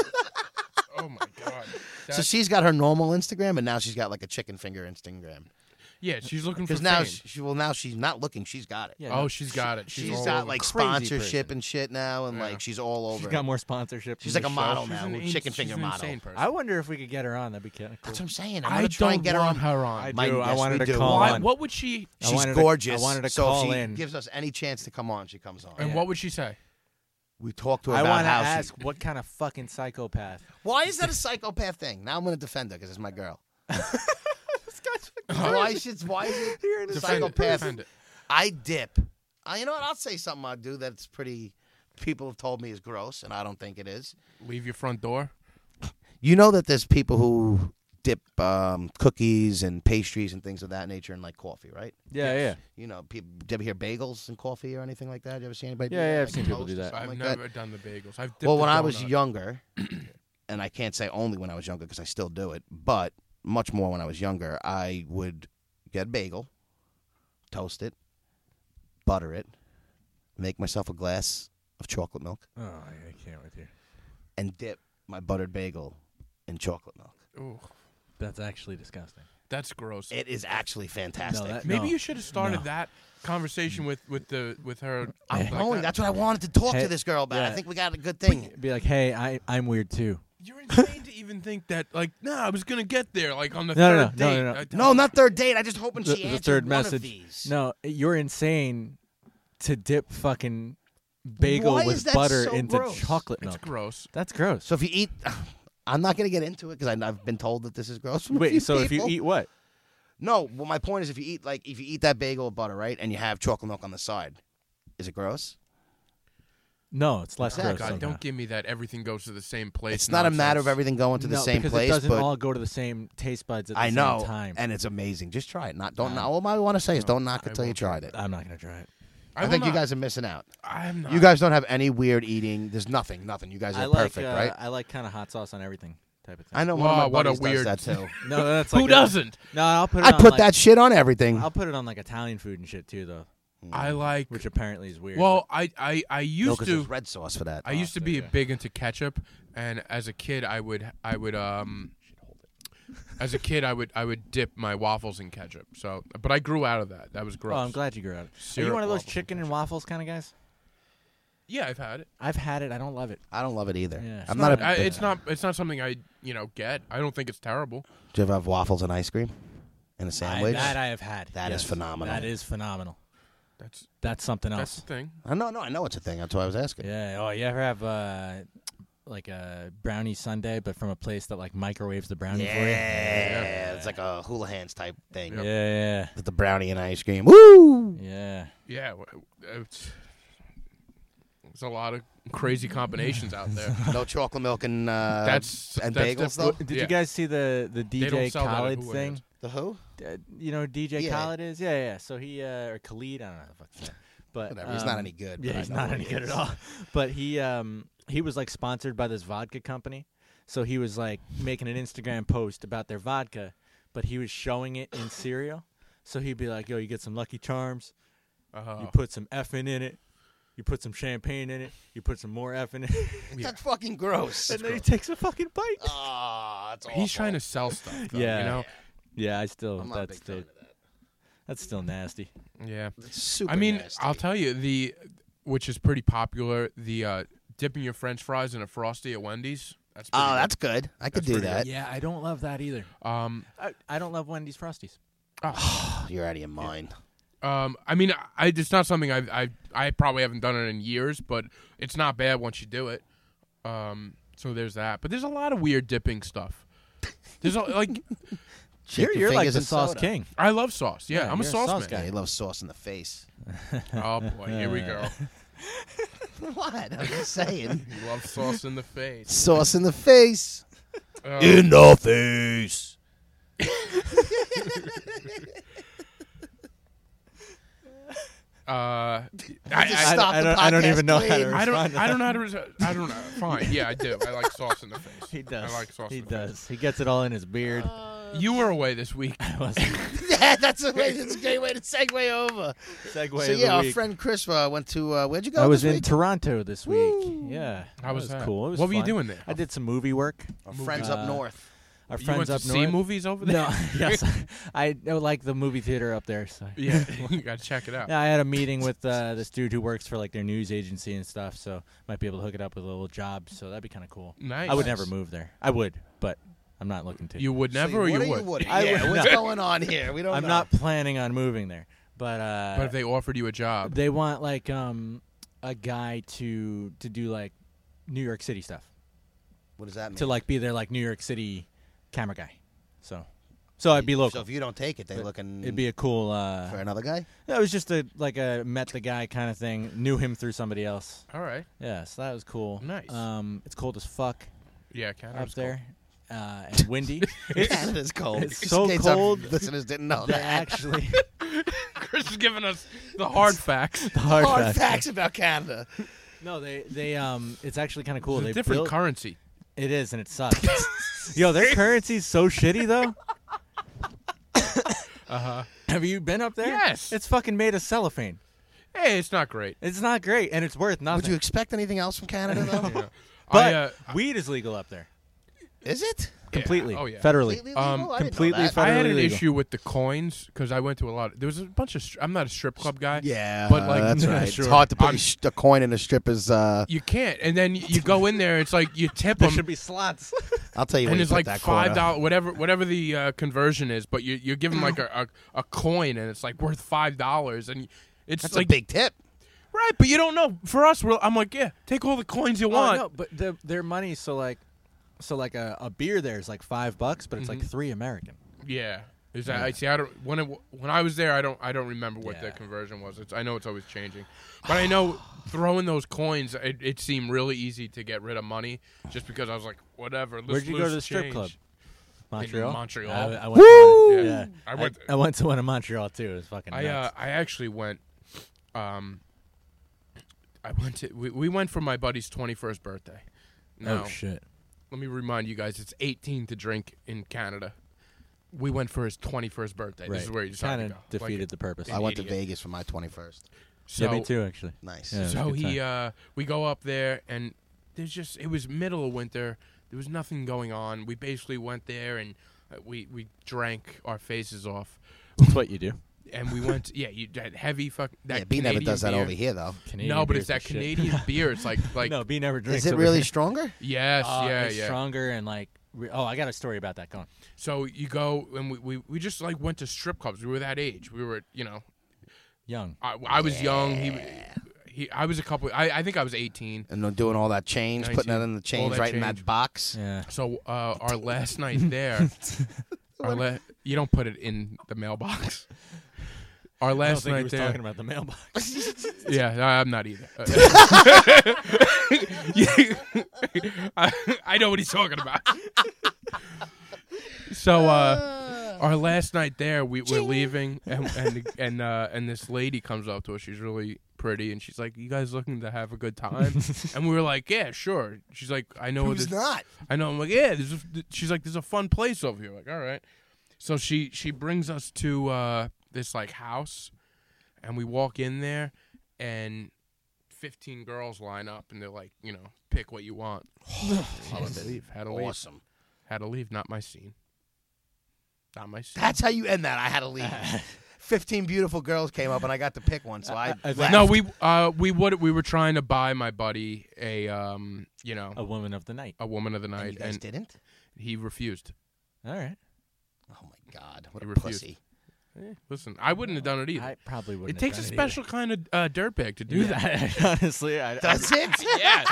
S2: Oh my god.
S5: so
S2: That's-
S5: she's got her normal Instagram, and now she's got like a chicken finger Instagram.
S2: yeah, she's looking for
S5: Because now
S2: fame.
S5: she, she- well now she's not looking. She's got it.
S4: Yeah,
S2: oh, she's got it. She's,
S5: she's
S2: all
S5: got
S2: over.
S5: like
S4: Crazy
S5: sponsorship
S4: person.
S5: and shit now, and
S2: Yeah.
S5: like she's all over.
S4: she's
S5: it.
S4: got more sponsorship.
S5: She's
S4: than
S5: like a
S4: this
S5: model
S4: show.
S2: She's
S5: now,
S2: an
S5: chicken
S2: ins- she's
S5: finger
S2: an
S5: model.
S2: insane person.
S4: I wonder if we could get her on. That'd be kind of cool.
S5: That's what I'm saying. I'm
S2: I
S5: gonna try
S2: don't
S5: and get her
S2: want
S5: on.
S2: her on.
S4: I do.
S5: Mike,
S4: I
S5: yes,
S4: wanted
S5: we
S4: to
S5: do.
S4: call
S2: Why,
S4: on.
S2: what would she?
S4: I
S5: She's
S4: wanted to- I
S5: gorgeous.
S4: wanted to
S5: so
S4: call
S5: if she
S4: in.
S5: gives us any chance to come on, she comes on.
S2: And
S4: Yeah.
S2: what would she say?
S5: we talked to her
S4: I
S5: about
S4: want to
S5: how she-
S4: ask what kind of
S5: (laughs)
S4: fucking psychopath.
S5: Why is that a psychopath thing? Now I'm going to defend her because it's my girl.
S4: This guy's (laughs)
S5: why is it? Why is it?
S4: Here it is.
S2: Defend it.
S5: Psychopath.
S2: Defend it.
S5: (laughs) I dip. I, you know what? I'll say something I do that's pretty. People have told me is gross, and I don't think it is.
S2: Leave your front door.
S5: You know that there's people who dip um, cookies and pastries and things of that nature in like coffee, right?
S4: Yeah, yeah.
S5: You know, people, do you ever hear bagels and coffee or anything like that? You ever see anybody? do
S4: Yeah,
S5: that?
S4: yeah, I've
S5: Like
S4: seen people
S5: toast
S4: do
S5: or
S4: that.
S5: something
S2: I've
S5: like
S2: never done the bagels. I've dipped
S5: well,
S2: the
S5: when I was
S2: donut. (clears throat)
S5: younger, and I can't say only when I was younger because I still do it, but much more when I was younger, I would get a bagel, toast it, butter it, make myself a glass of chocolate milk,
S4: Oh, I can't with you.
S5: and dip my buttered bagel in chocolate milk.
S2: Ooh,
S4: That's actually disgusting.
S2: that's gross.
S5: It is actually fantastic.
S4: that-
S2: Maybe
S4: No.
S2: you should have started
S4: No.
S2: that conversation with with the with her. I'm
S4: Hey.
S2: like,
S5: Only-
S2: uh,
S5: that's what I wanted to talk
S4: Hey,
S5: to this girl about. I
S4: yeah.
S5: think we got a good thing.
S4: Be like, hey, I I'm weird too.
S2: You're insane to even think that. Like, no, I was gonna get there. Like on the
S4: No, no,
S2: third
S4: no, no,
S2: date.
S4: no, no.
S2: I-
S5: No, not third date. I just hoping
S4: The,
S5: she
S4: the
S5: answered
S4: third
S5: one
S4: message.
S5: of these.
S4: No, you're insane to dip fucking bagel
S5: Why is
S4: with
S5: that
S4: butter
S5: so
S4: into
S5: gross?
S4: chocolate
S2: It's
S4: milk.
S2: gross.
S4: That's gross.
S5: So if you eat, (sighs) I'm not going to get into it because I've been told that this is gross. From a few
S4: Wait, so if you
S5: people.
S4: eat what?
S5: no, well, my point is if you eat like if you eat that bagel with butter, right, and you have chocolate milk on the side, is it gross?
S4: No, it's less
S5: Exactly.
S4: gross.
S2: God,
S4: somehow.
S2: Uh, don't give me that. Everything goes to the same place.
S5: It's not a matter of
S2: nonsense.
S5: everything going to the
S4: no,
S5: same
S4: because
S5: place,
S4: it doesn't
S5: but
S4: all go to the same taste buds at the
S5: I know,
S4: same time.
S5: and it's amazing. Just try it. Not don't. Not, all I want to say is don't knock
S2: I
S5: it till you
S2: won't.
S5: tried it.
S4: I'm not gonna try it.
S5: I,
S2: will
S5: think you
S2: not-
S5: guys are missing out.
S2: I'm not.
S5: You guys don't have any weird eating. There's nothing. Nothing. You guys are
S4: I like
S5: perfect,
S4: uh,
S5: right?
S4: I like kind of hot sauce on everything type of thing.
S5: I know one of my
S2: Wow, what a
S5: buddies
S2: weird-
S5: does that too. (laughs)
S4: No, that's
S2: Who
S4: like a-
S2: doesn't?
S4: no, I'll put. It
S5: I
S4: on,
S5: put
S4: like-
S5: that shit on everything.
S4: I'll put it on like Italian food and shit too, though,
S2: I like.
S4: which apparently is weird.
S2: Well, I I I
S5: No,
S2: used
S5: 'cause
S2: to.
S5: there's red sauce for that.
S2: I used to be big into ketchup, and as a kid, I would I would um. As a kid, I would I would dip my waffles in ketchup. So, but I grew out of that. That was
S4: but-
S2: gross.
S4: oh, I'm glad you grew out. of it. Are
S2: Syrup
S4: you one of those
S2: waffles and
S4: chicken and waffles kind of guys?
S2: Yeah, I've had it.
S4: I've had it. I don't love it.
S5: I don't love it either.
S4: Yeah.
S5: I'm
S4: It's
S5: not.
S4: not-
S5: a
S2: I,
S5: big-
S2: it's not it's not something I you know get. I don't think it's terrible.
S5: Do you ever have waffles and ice cream and a sandwich?
S4: I, that I have had.
S5: That is
S4: yes.
S5: phenomenal.
S4: That is phenomenal.
S2: That's
S4: That's something
S2: that's
S4: else.
S2: the thing.
S5: I know, no, I know it's a thing. That's why I was asking.
S4: yeah. Oh, you ever have uh, like a brownie sundae, but from a place that like microwaves the brownie for you?
S5: Yeah, it's like a hula hands type thing
S4: Yeah, yeah,
S5: with the brownie and ice cream. Woo!
S4: yeah.
S2: Yeah, w- it's, there's a lot of crazy combinations out there.
S5: (laughs) No chocolate milk and uh,
S2: That's
S5: and
S2: that's
S5: bagels
S2: different.
S5: though.
S4: Did
S2: Yeah.
S4: you guys see the the
S2: They don't
S4: DJ
S2: sell that at
S4: Khaled
S2: Hula
S4: thing?
S2: Hands.
S5: The who?
S4: Uh, you know who DJ
S5: Yeah.
S4: Khaled is? Yeah, yeah. So he uh, or Khalid, I don't know how the fuck. his name- But
S5: Whatever. he's not
S4: um,
S5: any good.
S4: Yeah,
S5: but I
S4: he's
S5: know
S4: not
S5: who
S4: any
S5: he
S4: good
S5: is.
S4: at all. (laughs) But he um he was like sponsored by this vodka company. So he was like making an Instagram post about their vodka, but he was showing it in cereal. So he'd be like, "Yo, you get some Lucky Charms. (laughs) You
S2: Uh,
S4: put some effing in it. You put some champagne in it. You put some more effing in it."
S5: That's fucking gross.
S4: and then he takes a fucking bite.
S5: Ah, that's awful.
S2: he's trying to sell stuff. Though,
S4: Yeah.
S2: you know.
S4: Yeah, I still
S5: I'm not a
S4: that's
S5: big
S4: still
S5: fan of that.
S4: that's still nasty.
S2: Yeah.
S5: It's super.
S2: I mean,
S5: nasty.
S2: I'll tell you the which is pretty popular. The uh, dipping your French fries in a frosty at Wendy's. That's pretty
S5: Oh,
S2: good.
S5: that's good. I could
S2: That's
S5: do
S2: pretty
S5: that.
S4: Yeah, I don't love that either.
S2: um
S4: I, I don't love Wendy's Frosties.
S5: You're out of your mind.
S2: um. I mean, I- I it's not something I've I I probably haven't done it in years, but it's not bad once you do it. Um. So there's that. But there's a lot of weird dipping stuff. There's
S5: (laughs)
S2: a, like
S5: Chicken
S4: you're like
S5: fingers
S4: the
S5: and
S4: sauce
S5: soda.
S4: king.
S2: I love sauce. Yeah,
S4: Yeah,
S2: I'm a
S4: you're a
S2: sauce,
S4: sauce
S5: Yeah,
S2: man.
S5: he loves sauce in the face.
S2: Oh boy, here we go.
S5: (laughs) what? I'm just saying.
S2: You love sauce in the face.
S5: (laughs) sauce in the face.
S2: Uh,
S5: In the face.
S2: uh, I,
S5: Just
S2: I,
S5: stop
S4: I
S5: the
S4: don't- I don't
S5: podcast,
S4: even know how to
S5: please.
S2: I don't. I don't know how to. Res- I don't know. Fine. Yeah, I do. I like sauce in the
S5: (laughs)
S2: face.
S4: He
S2: (laughs)
S4: does.
S2: I like sauce.
S4: he
S2: in the face.
S4: does. He gets it all in his beard.
S5: Uh,
S4: (laughs)
S2: You were away this week.
S5: (laughs) yeah, that's a, way, that's a great way to segue over.
S4: Segue
S5: so yeah, our friend Chris uh, went to uh, where'd you go?
S4: I was
S5: this
S4: in
S5: week?
S4: Toronto this week. Yeah,
S2: How was that?
S4: cool. It was
S2: What were you
S4: fun.
S2: doing there?
S4: I did some movie work.
S5: Our friends
S4: Uh,
S5: up north.
S4: Our
S2: You
S4: friends
S2: went to
S4: up
S2: see
S4: north.
S2: movies over there.
S4: (laughs) No,
S2: (laughs)
S4: yes, I know, like the movie theater up there. So.
S2: yeah, you gotta check it out.
S4: Yeah, I had a meeting with uh, this dude who works for like their news agency and stuff, so might be able to hook it up with a little job. So that'd be kind of cool.
S2: Nice.
S4: I would never move there. I would, but I'm not looking to.
S2: You would never, or
S5: what
S2: you
S5: are
S2: would.
S5: you would?
S4: I
S5: yeah,
S4: would
S5: what's
S4: not.
S5: going on here? We don't.
S4: I'm
S5: know.
S4: not planning on moving there, but uh,
S2: But if they offered you a job,
S4: they want like um a guy to to do like New York City stuff
S5: What does that mean?
S4: to like be their like New York City camera guy. So so I'd be
S5: So
S4: local.
S5: if you don't take it, they
S2: mm.
S5: looking
S4: It'd be a cool.
S5: for
S4: uh
S5: another guy.
S4: (laughs) It was just a like a met the guy kind of thing. Knew him through somebody else.
S2: all right.
S4: Yeah, so that was cool.
S2: Nice.
S4: Um, it's cold as fuck
S2: Yeah, kind
S4: up there. uh, and windy. (laughs)
S5: Canada's cold.
S4: it's
S5: In
S4: so
S5: case our
S4: cold
S5: (laughs) Listeners didn't know
S4: that
S5: that.
S4: actually
S2: (laughs) Chris is giving us the hard facts.
S4: the hard
S5: (laughs) Hard
S4: fact.
S5: facts about Canada.
S4: No, they they um, it's actually kind of cool.
S2: It's
S4: they
S2: a different
S4: built-
S2: currency.
S4: (laughs) It is, and it
S2: (laughs)
S4: sucks. Yo, their currency's so shitty though. (coughs)
S2: Uh huh.
S4: Have you been up there?
S2: Yes.
S4: It's fucking made of cellophane.
S2: Hey, it's not great.
S4: It's not great, and it's worth nothing.
S5: Would you expect anything else from Canada, though?
S2: I,
S4: but
S2: uh,
S4: weed is legal up there,
S5: Is it?
S4: completely,
S2: oh, yeah.
S4: federally.
S5: Completely
S2: Um,
S5: legal? I didn't know
S4: completely
S5: that.
S4: federally
S2: I had an
S4: legal.
S2: issue with the coins because I went to a lot. Of, there was a bunch of. Stri- I'm not a strip club guy.
S5: Yeah,
S2: but like (laughs)
S5: that's right.
S2: sure.
S5: It's hard to put
S2: I'm-
S5: a sh- a coin in a stripper's. Uh,
S2: You can't, and then you go in there. It's like you tip
S4: There
S2: them,
S4: should
S2: (laughs)
S4: be slots.
S5: I'll tell you.
S2: and
S5: where you
S2: it's
S5: put
S2: like
S5: that
S2: five
S5: quarter.
S2: dollars, whatever, whatever the uh, conversion is. But you you give them like a, a, a coin, and it's like worth five dollars, and it's
S5: That's
S2: like
S5: a big tip.
S2: right. But you don't know. For us, we're, I'm like, yeah, take all the coins you
S4: Oh,
S2: want.
S4: no, but the, their money, so like, so like a, a beer there is like five bucks, but it's
S2: Mm-hmm.
S4: like three American.
S2: Yeah. Is that I see? I don't when it, when I was there, I don't I don't remember what the
S4: Yeah.
S2: conversion was. It's, I know it's always changing, but I know throwing those coins, it, it seemed really easy to get rid of money, just because I was like, whatever. let's
S4: Where'd you go
S2: lose
S4: to the strip
S2: change.
S4: club? Montreal.
S2: Montreal.
S4: I, I went Woo!
S2: Yeah.
S4: To, yeah.
S2: I
S4: I
S2: went-
S4: went. I, went to one in Montreal too. It was fucking
S2: I uh,
S4: nuts.
S2: I actually went. Um, I went to we, we went for my buddy's twenty first birthday. Now,
S4: Oh shit.
S2: let me remind you guys, it's eighteen to drink in Canada. We went for his twenty first birthday.
S4: right.
S2: This is where you
S4: kind
S2: decided
S4: of
S2: to go. Like,
S4: defeated the purpose.
S5: I went to
S2: idiot.
S5: Vegas for my twenty-first.
S4: yeah, me
S2: so-
S4: too actually.
S5: Nice.
S4: Yeah.
S2: So
S4: good
S2: he, uh, we go up there, and there's just it was middle of winter. There was nothing going on. We basically went there and uh, we we drank our faces off,
S4: That's what you do.
S2: and we went. yeah, you that heavy fuck. That
S5: yeah, B never
S2: Canadian
S5: does that
S2: beer.
S5: over here though.
S4: Canadian
S2: no, but
S4: beer's
S2: it's that
S4: the shit.
S2: Canadian beer. It's like like
S4: (laughs) no, B never drinks.
S5: Is it
S4: over
S5: really
S4: here.
S5: stronger?
S2: yes,
S4: Uh,
S2: yeah,
S4: it's
S2: yeah.
S4: stronger and like. Re- oh, I got a story about that. Go on.
S2: So you go and we, we we just like went to strip clubs. We were that age. We were you know
S4: Young.
S2: I, I was young. He. He, I was a couple. I, I think I was 18.
S5: And they're doing all that change, putting
S2: 19.
S5: that in the
S2: All
S5: change
S2: that
S5: right in
S2: change.
S5: that box.
S4: Yeah.
S2: So uh, our last night
S4: (laughs)
S2: there, our la- you don't put it in the mailbox. Our
S4: I don't
S2: last
S4: think he
S2: night
S4: was
S2: there,
S4: talking about
S2: (laughs)
S4: the mailbox.
S2: yeah, I- I'm not either.
S5: (laughs)
S2: Uh, (laughs) I, I know what he's talking about. (laughs) So uh, our last night there, we we're leaving, and and and, uh, and this lady comes up to us. She's really pretty, and she's like, "You guys looking to have a good time?"
S5: (laughs)
S2: and we were like, "Yeah, sure." She's like, "I know
S5: Who's
S2: this-
S5: not?
S2: I know. I'm like, yeah. There's a, she's like, there's a fun place over here. Like, all right. So she she brings us to uh, this like house, and we walk in there, and fifteen girls line up, and they're like, you know, pick what you
S5: (sighs)
S2: want. Had to leave. Had to leave.
S5: Oh, Awesome.
S2: Had to leave. Not my scene. Not my scene.
S5: That's how you end that. I had to
S2: (laughs)
S5: leave. Fifteen beautiful girls came up, and I got to pick one. So I,
S4: I think-
S5: left.
S2: no, we uh we would we were trying to buy my buddy a um you know
S4: a woman of the night.
S2: a woman of the night,
S5: And you guys
S2: and
S5: didn't.
S2: he refused.
S4: All right.
S5: Oh my god, what
S2: He
S5: a
S2: refused.
S5: pussy!
S2: Listen, I wouldn't have done it either.
S4: I probably would.
S2: it takes a special kind of uh, dirtbag to do
S4: (laughs)
S2: that.
S4: Honestly, I, I,
S5: That's it.
S2: (laughs) Yeah.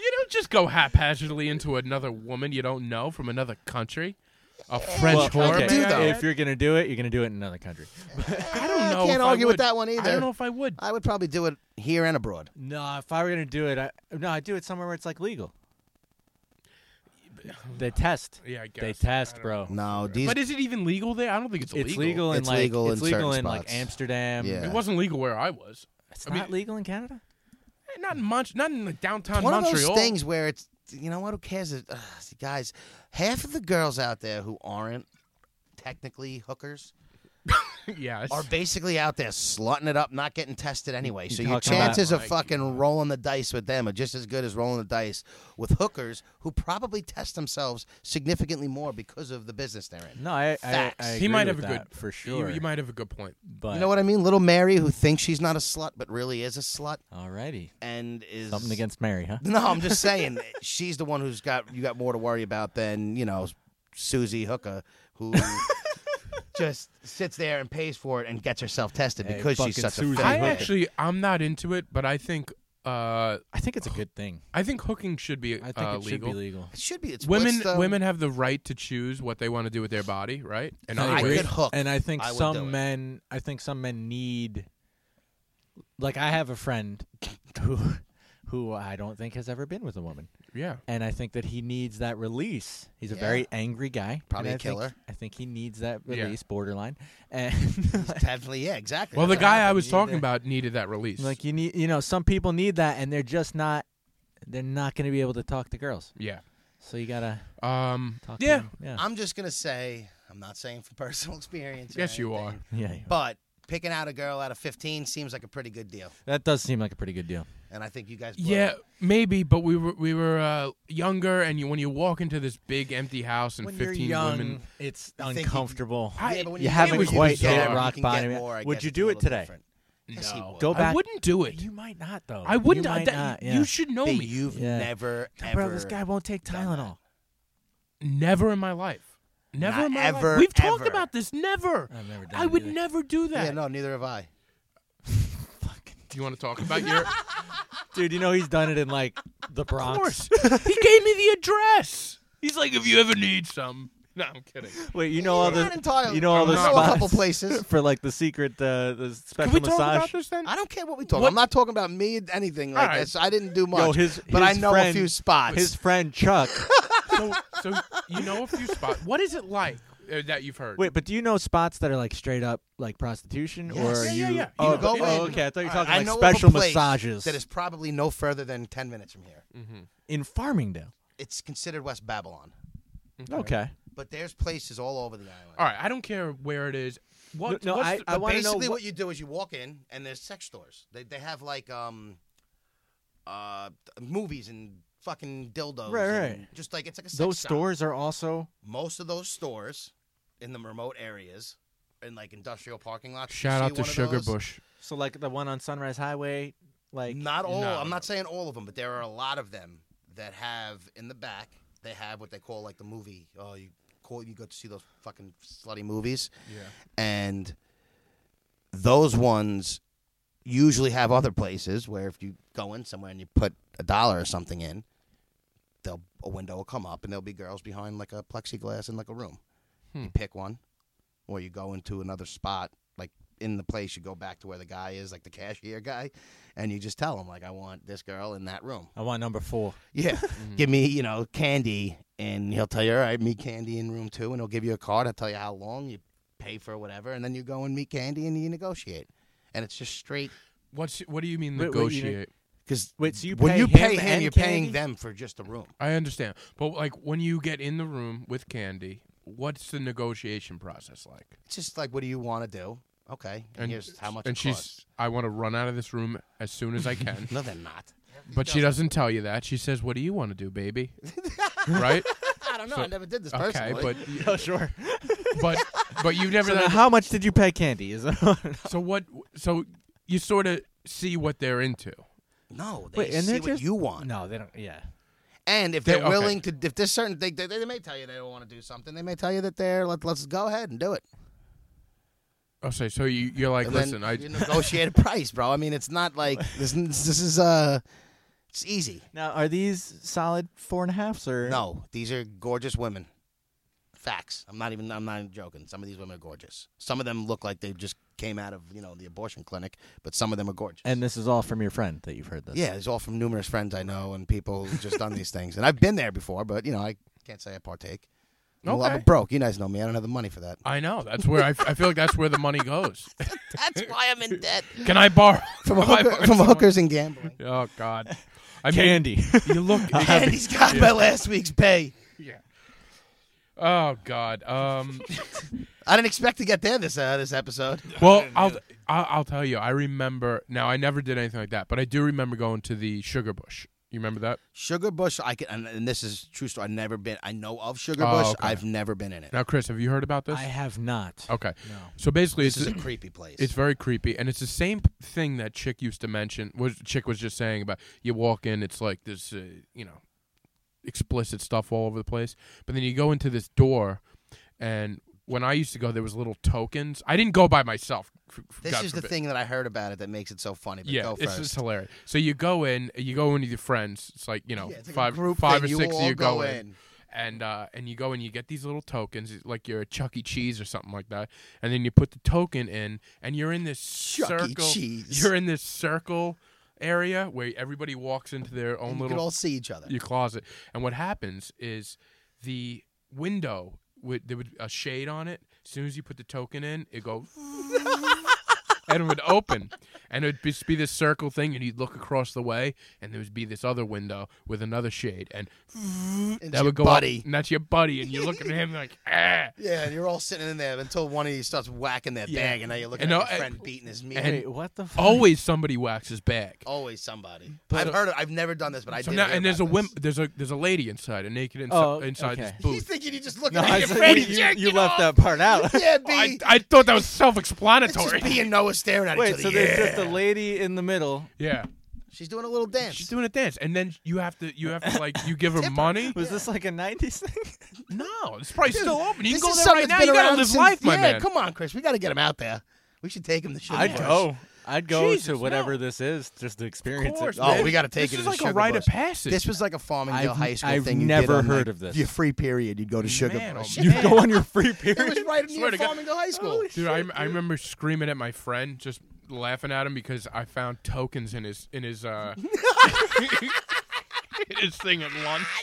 S2: you don't just go haphazardly into another woman you don't know from another country. A French
S4: well,
S2: whore.
S4: okay,
S5: do
S2: may I
S5: though.
S2: add?
S4: If you're gonna do it, you're gonna do it in another country.
S2: I don't know.
S5: I
S2: if
S5: can't
S2: I
S5: argue with
S2: would.
S5: that one
S2: I don't
S5: either.
S2: know if I would.
S5: I would probably do it here and abroad.
S4: No, if I were gonna do it, I no, I do it somewhere where it's
S2: (sighs)
S4: like legal. They test.
S2: Yeah, I guess.
S4: They
S2: I
S4: test,
S2: don't
S4: bro.
S5: No, these.
S2: But is it even legal there? I don't think it's,
S4: It's legal,
S2: legal.
S4: in
S5: It's
S4: like
S5: legal
S4: it's
S5: in
S4: legal
S5: certain
S4: in like
S5: spots.
S4: Amsterdam.
S5: Yeah.
S2: It wasn't legal where I was.
S4: It's
S2: I mean-
S4: not legal in Canada.
S2: Eh, Not in Mont- not in like downtown
S5: It's one
S2: Montreal.
S5: of
S2: (laughs)
S5: those things where it's you know what? Who cares? It- ugh, see, guys, half of the girls out there who aren't technically hookers
S2: yes.
S5: are basically out there slutting it up, not getting tested anyway. So
S4: You're
S5: your
S4: talking about-
S5: chances of
S2: Like-
S5: fucking rolling the dice with them are just as good as rolling the dice with hookers who probably test themselves significantly more because of the business they're in.
S4: No, I. I,
S5: Facts.
S4: I
S2: he
S4: agree
S2: might have
S4: with
S2: a
S4: that,
S2: good
S4: for
S2: You,
S4: sure.
S2: you might have a good
S4: (laughs)
S2: point.
S4: but
S5: You know what I mean? Little Mary who thinks she's not a slut but really is a slut
S4: Alrighty,
S5: and is
S4: something against Mary, huh?
S5: No, I'm just saying that she's the one who's got you got more to worry about than you know Susie Hooker
S2: (laughs)
S5: who just sits there and pays for it and gets herself tested
S4: Hey,
S5: because she's
S4: fucking
S5: such
S4: Susie
S5: a
S2: I
S5: fat hooker.
S2: actually I'm not into it, but I think uh
S4: I think it's a good thing.
S2: I think hooking should be
S4: I think
S2: uh,
S4: it should be legal.
S5: It should be it's
S2: Women
S5: what's the-
S2: women have the right to choose what they want to do with their body, right? And
S5: I
S2: I
S5: agree. could hook.
S4: and I think
S5: I would do
S4: some
S5: it.
S4: men. I think some men need. Like I have a friend who, who I don't think has ever been with a woman.
S2: Yeah.
S4: And I think that he needs that release. He's a very angry guy.
S5: Probably a
S4: and I think-
S5: killer.
S4: I think he needs that
S2: Yeah.
S4: release, borderline. And (laughs)
S5: Definitely, yeah, exactly.
S2: Well, the
S5: That's what
S2: guy I
S5: happened.
S2: was
S5: You
S2: talking
S5: either-
S2: about needed that release.
S4: like you need, you know, some people need that, and they're just not. They're not going to be able to talk to girls.
S2: yeah.
S4: So you gotta
S2: Um.
S4: talk.
S2: Yeah.
S4: To them. Yeah.
S5: I'm just gonna say, I'm not saying from (laughs) personal experience. or
S2: Yes, you are.
S5: anything,
S4: yeah. you-
S5: But picking out a girl out of 15 seems like a pretty good deal,
S4: That does seem like a pretty good deal.
S5: and I think you guys. blew
S2: Yeah,
S5: it.
S2: maybe, but we were we were uh, younger, and you, when you walk into this big empty house and fifteen women,
S4: it's
S5: think you-
S4: uncomfortable.
S2: I-
S5: Yeah, but when
S4: you
S5: get
S4: haven't
S5: what you
S2: quite
S5: deserve,
S2: hit
S5: you
S4: rock
S5: can get
S4: bottom yet.
S5: more, I
S4: Would
S5: guess
S4: you
S5: it's
S4: do
S5: a
S4: it
S5: little
S4: today?
S5: different. Yes, he
S2: No.
S5: would.
S4: Go
S2: I
S4: back.
S2: wouldn't do it.
S4: You might not though.
S2: I wouldn't.
S4: You
S2: uh,
S4: might
S2: that-
S4: not, yeah.
S2: You should know
S5: That
S2: Oh, me.
S5: You've
S4: Yeah.
S5: never ever.
S4: Bro, this guy won't take Tylenol.
S2: Never in my life. Never
S5: Not
S2: in my
S5: ever,
S2: life. We've talked
S5: ever.
S2: about this. Never.
S4: I've never done
S2: I
S4: it
S2: would
S4: either.
S2: never do that.
S5: Yeah, no, neither have I.
S2: Do you want to talk about your? of
S4: Dude, you know he's done it in like the Bronx.
S2: course. (laughs) he gave me the address. He's like, if you ever need some. No, I'm kidding.
S4: Wait, you know all
S5: Not
S4: the
S5: entirely.
S4: you know all
S2: I'm
S4: the
S2: not-
S5: a
S4: spots
S5: couple
S4: (laughs)
S5: places.
S4: for like the secret uh, the
S2: Can
S4: special
S2: we talk
S4: massage.
S2: about this
S4: (laughs)
S2: then?
S5: I don't care what we talk.
S2: What-
S5: I'm not talking about me and anything like
S2: Alright.
S5: this. I didn't do much.
S4: his-
S5: but
S4: his
S5: I know a
S4: friend-
S5: few spots.
S4: His
S5: (laughs)
S4: friend Chuck.
S2: so, so you know a few spots. What is it like uh, that you've heard?
S4: Wait, but do you know spots that are like straight up like prostitution or
S5: Yes.
S4: are
S5: Yeah,
S4: you
S2: yeah, yeah. You
S4: Oh,
S5: go
S4: oh,
S5: in.
S4: okay, I thought you were
S5: I
S4: talking like
S5: know of a
S4: special
S5: place
S4: massages
S5: that is probably no further than 10 minutes from here.
S4: in Farmingdale.
S5: It's considered West Babylon,
S4: Okay.
S5: but there's places all over the island.
S2: All right, I don't care where it is. What?
S4: No, no,
S2: what's
S4: I-
S2: the-
S4: I wanna know
S5: Basically,
S4: what-
S5: what you do is you walk in and there's sex stores. They they have like um, uh, movies and fucking dildos.
S4: Right,
S5: and
S4: right.
S5: Just like it's like a sex
S4: Those
S5: shop.
S4: stores are also
S5: Most of those stores in the remote areas, in like industrial parking lots. you
S2: Shout
S5: see
S2: out to
S5: one of
S2: Sugar
S5: those.
S2: Bush.
S4: so like the one on Sunrise Highway like
S5: Not all.
S2: No.
S5: I'm not saying all of them, but there are a lot of them that have in the back. They have what they call like the movie. Oh, you call you go to see those fucking slutty movies,
S2: Yeah.
S5: and those ones usually have other places where if you go in somewhere and you put a dollar or something in, they'll a window will come up and there'll be girls behind like a plexiglass in like a room.
S2: Hmm.
S5: You pick one, or you go into another spot like in the place. You go back to where the guy is, like the cashier guy, and you just tell him like I want this girl in that room.
S4: I want
S5: (laughs)
S4: number 4. (laughs)
S5: Yeah. give me, you know, candy. And he'll tell you, all right, meet Candy in room two. And he'll give you a card. He'll tell you how long you pay for whatever. And then you go and meet Candy and you negotiate. And it's just straight.
S2: What's what do you mean
S4: Wait, wait, you know-
S2: negotiate?
S5: Because
S4: Wait, so you
S5: when
S4: pay
S5: you
S4: him
S5: pay him,
S4: and
S5: you're
S4: Candy?
S5: paying them for just a room.
S2: I understand, but like when you get in the room with Candy, what's the negotiation process like?
S5: It's just like, what do you want to do? Okay. And, here's how much
S2: And
S5: it
S2: she's,
S5: costs.
S2: I want to run out of this room as soon as I
S4: (laughs)
S2: can,
S5: No, they're not.
S2: but she doesn't tell you that. She says, "What do you want to do,
S4: (laughs)
S2: baby?" right?
S5: I don't know. I never did this
S2: Okay,
S5: personally.
S2: but
S4: Oh, sure.
S5: (laughs)
S2: but but you've never
S4: So now
S2: done.
S4: how much did you pay Candy? (laughs) Is
S2: so what? So you sort of see what they're into.
S5: no, they
S4: Wait, and
S5: see
S4: they're
S5: what
S4: just-
S5: you want.
S4: No, they don't. Yeah.
S5: And if
S2: They-
S5: they're
S2: okay.
S5: willing to, if there's certain, they, they, they may tell you they don't want to do something. They may tell you that they're, let, let's go ahead and do it.
S2: Okay, so you, you're like,
S5: And then
S2: listen, I
S5: you negotiate a price, bro. I mean, it's
S2: (laughs)
S5: not like this. This is uh, it's easy.
S4: Now, are these solid four and a halfs or
S5: No, these are gorgeous women. Facts. I'm not even. I'm not even joking. Some of these women are gorgeous. Some of them look like they just came out of you know the abortion clinic, but some of them are gorgeous.
S4: And this is all from your friend that you've heard this.
S5: yeah, it's all from numerous friends I know and people who've just done these things. And I've been there before, but you know I can't say I partake. Well, I'm
S2: Okay.
S5: broke. You guys know me. I don't have the money for that.
S2: I know that's where I, I feel like that's where the money
S5: (laughs)
S2: goes.
S5: That's why I'm in
S2: (laughs)
S5: debt
S2: Can I borrow (laughs)
S5: from,
S2: can I
S5: hooker,
S2: borrow
S5: from
S2: some
S5: hookers and gambling.
S6: (laughs)
S2: money? Oh God, I mean,
S4: Candy.
S2: You
S4: (laughs)
S2: look.
S4: Uh,
S5: And he's got my last week's pay.
S2: Oh God.
S5: (laughs)
S2: Um.
S5: I didn't expect to get there this uh,
S6: (laughs)
S5: this episode.
S2: Well, I'll, I'll I'll tell you. I remember now. I never did anything like that, but I do remember going to the Sugar Bush. You remember that?
S5: Sugar Bush, I can, and, and this is true story. I've never been. I know of Sugar
S2: Oh,
S5: Bush.
S2: okay.
S5: I've never been in it.
S2: Now, Chris, have you heard about this?
S4: I have not.
S2: okay. So basically,
S5: This
S2: it's
S5: is a creepy place.
S2: it's very creepy, and it's the same thing that chick used to mention. Was chick was just saying about you walk in, it's like this, uh, you know, explicit stuff all over the place. But then you go into this door, and when I used to go, there was little tokens. I didn't go by myself. f- f-
S5: this
S2: God
S5: is the
S2: forbid.
S5: thing that I heard about it that makes it so funny. But
S2: Yeah,
S5: go
S2: it's
S5: first.
S2: just hilarious. So you go in, you go in with your friends. It's like you know,
S5: Yeah, it's like a
S2: five,
S5: group
S2: five
S5: thing.
S2: or
S5: You
S2: six. of
S5: all
S2: you go,
S5: go
S2: in,
S5: in.
S2: and uh, and you go and you get these little tokens, it's like you're a Chuck E. Cheese or something like that. And then you put the token in, and you're in this
S5: Chuck E.
S2: circle.
S5: Cheese.
S2: You're in this circle. area where everybody walks into their own
S6: You
S2: little
S6: could all see each other.
S2: your closet. And what happens is the window would there would a shade on it. As soon as you put the token in, it go (laughs) and it would open, and it would just be this circle thing. And you'd look across the way, and there would be this other window with another shade, and
S6: It's
S2: that
S6: your
S2: would go
S6: buddy.
S2: up, and that's your buddy. And you look at him like, (laughs) ah.
S6: Yeah, and you're all sitting in there until one of you starts whacking their
S2: Yeah.
S6: bag, and now you're looking
S2: And
S6: at
S2: no,
S6: your
S2: and-
S6: friend beating his meat.
S2: and-
S4: Oh, Wait, what the? Fuck?
S2: Always somebody waxes back.
S5: Oh,
S6: Always somebody. I've heard. Of, I've never done this, but I
S2: So
S6: did.
S2: now,
S6: hear
S2: and there's a
S6: about
S2: wim-
S6: this.
S2: there's a there's a lady inside, a naked insi-
S4: Oh,
S2: inside this
S4: okay.
S6: He's
S2: booth.
S6: thinking you just look
S4: No,
S6: at
S4: I
S6: your
S4: said-
S6: friend.
S4: wait, you, you left that part (laughs) out.
S6: (laughs) Yeah, B.
S2: Oh, I, I thought that was
S6: it's just
S2: self-explanatory.
S6: B and Noah staring at each
S4: Wait,
S6: other.
S4: so
S6: yeah.
S4: there's just a lady in the middle.
S2: yeah.
S6: She's doing a little dance.
S2: She's doing a dance, and then you have to you have to like you give her money.
S4: Was this like a '90s (laughs) thing?
S2: No, it's probably still open. You can
S6: This
S2: go
S6: is
S2: there
S6: something
S2: right now.
S6: that's
S2: You
S6: been
S2: gotta
S6: around
S2: live
S6: since-
S2: life, my
S6: yeah,
S2: man.
S6: come on, Chris. We got to get him out there. We should take him to show
S4: I'd go
S2: Jesus,
S4: to whatever
S2: no.
S4: this is just to experience
S2: Of course,
S4: it.
S6: Oh,
S2: man.
S6: we gotta take
S2: this
S6: it to
S2: This is like a
S6: Sugar
S2: rite of
S6: Bush.
S2: passage.
S6: This was like a Farmingdale
S4: I've-
S6: High School
S4: I've
S6: thing. You
S4: never
S6: did on,
S4: heard
S6: like,
S4: of this.
S6: Your free period, you'd go to Sugar
S2: Man, oh,
S6: Bush.
S2: man.
S4: You go on your free
S6: It was
S4: (laughs) period.
S6: right
S2: Swear
S6: near
S2: to God.
S6: Farmingdale High School.
S2: dude, I, I remember screaming at my friend, just laughing at him because I found tokens in his in
S6: (laughs)
S2: his uh in his thing at lunch.
S6: (laughs)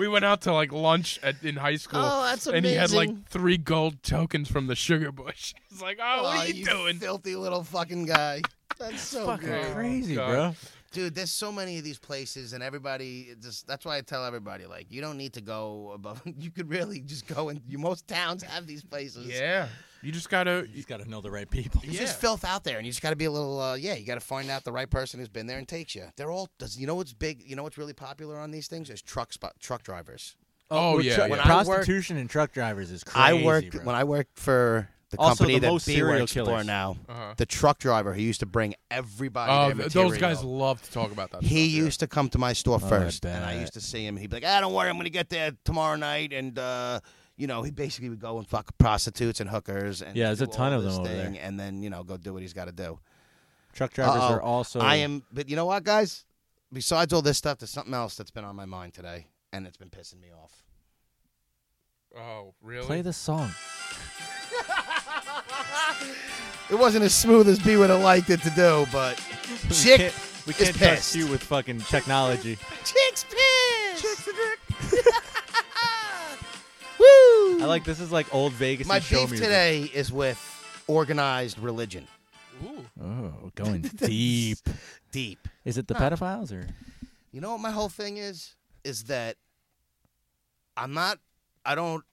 S2: We went out to like lunch at, in high school,
S6: Oh, that's
S2: and he had
S6: amazing.
S2: like three gold tokens from the sugar bush. (laughs) It's like, oh, what
S6: Aw,
S2: are you, doing?
S6: filthy little fucking guy? That's so great.
S4: crazy,
S2: God.
S4: bro.
S5: Dude, there's so many of these places, and everybody it just that's why I tell everybody like you don't need to go above. (laughs) You could really just go and you most towns have these places.
S2: Yeah, you just gotta.
S4: You just got to know the right people.
S5: There's
S2: yeah.
S5: just filth out there, and you just got to be a little. Uh, yeah, you got to find out the right person who's been there and takes you. They're all. Does you know what's big? You know what's really popular on these things is truck spot truck drivers.
S2: Oh,
S4: well,
S2: yeah,
S4: tru-
S2: yeah. When
S5: I worked-
S4: prostitution and truck drivers is crazy.
S5: I worked
S4: bro.
S5: when I worked for the
S4: Also,
S5: company
S4: the
S5: that
S4: most
S5: B
S4: serial
S5: works for
S4: killers.
S5: now.
S2: Uh-huh.
S5: The truck driver who used to bring everybody.
S2: Oh,
S5: their
S2: th- those guys
S5: material.
S2: love to talk about that.
S5: He
S2: stuff, yeah.
S5: used to come to my store
S4: I
S5: first, and I
S4: bet.
S5: used to see him. He'd be like, "I don't worry, I'm gonna get there tomorrow night," and uh, you know, he basically would go and fuck prostitutes and hookers. And
S4: Yeah, there's a
S5: do
S4: ton
S5: all
S4: of
S5: this
S4: them over
S5: thing, and then you know, go do what he's got to do.
S4: truck drivers
S5: Uh-oh.
S4: are also.
S5: I am, but you know what, guys? Besides all this stuff, there's something else that's been on my mind today, and it's been pissing me off.
S2: Oh, really?
S4: play this song.
S5: It wasn't as smooth as B would have liked it to do, but chick,
S4: (laughs) we can't, we
S5: is
S4: can't
S5: pissed.
S4: trust you with fucking technology.
S5: chick's pissed. Chick's (laughs)
S4: I like this is like old Vegas.
S5: my
S4: and show
S5: beef
S4: music.
S5: today is with organized religion.
S2: Ooh.
S4: Oh,
S5: (laughs)
S4: going deep.
S5: Deep.
S4: Is it the pedophiles or?
S5: You know what my whole thing is? Is that I'm not, I don't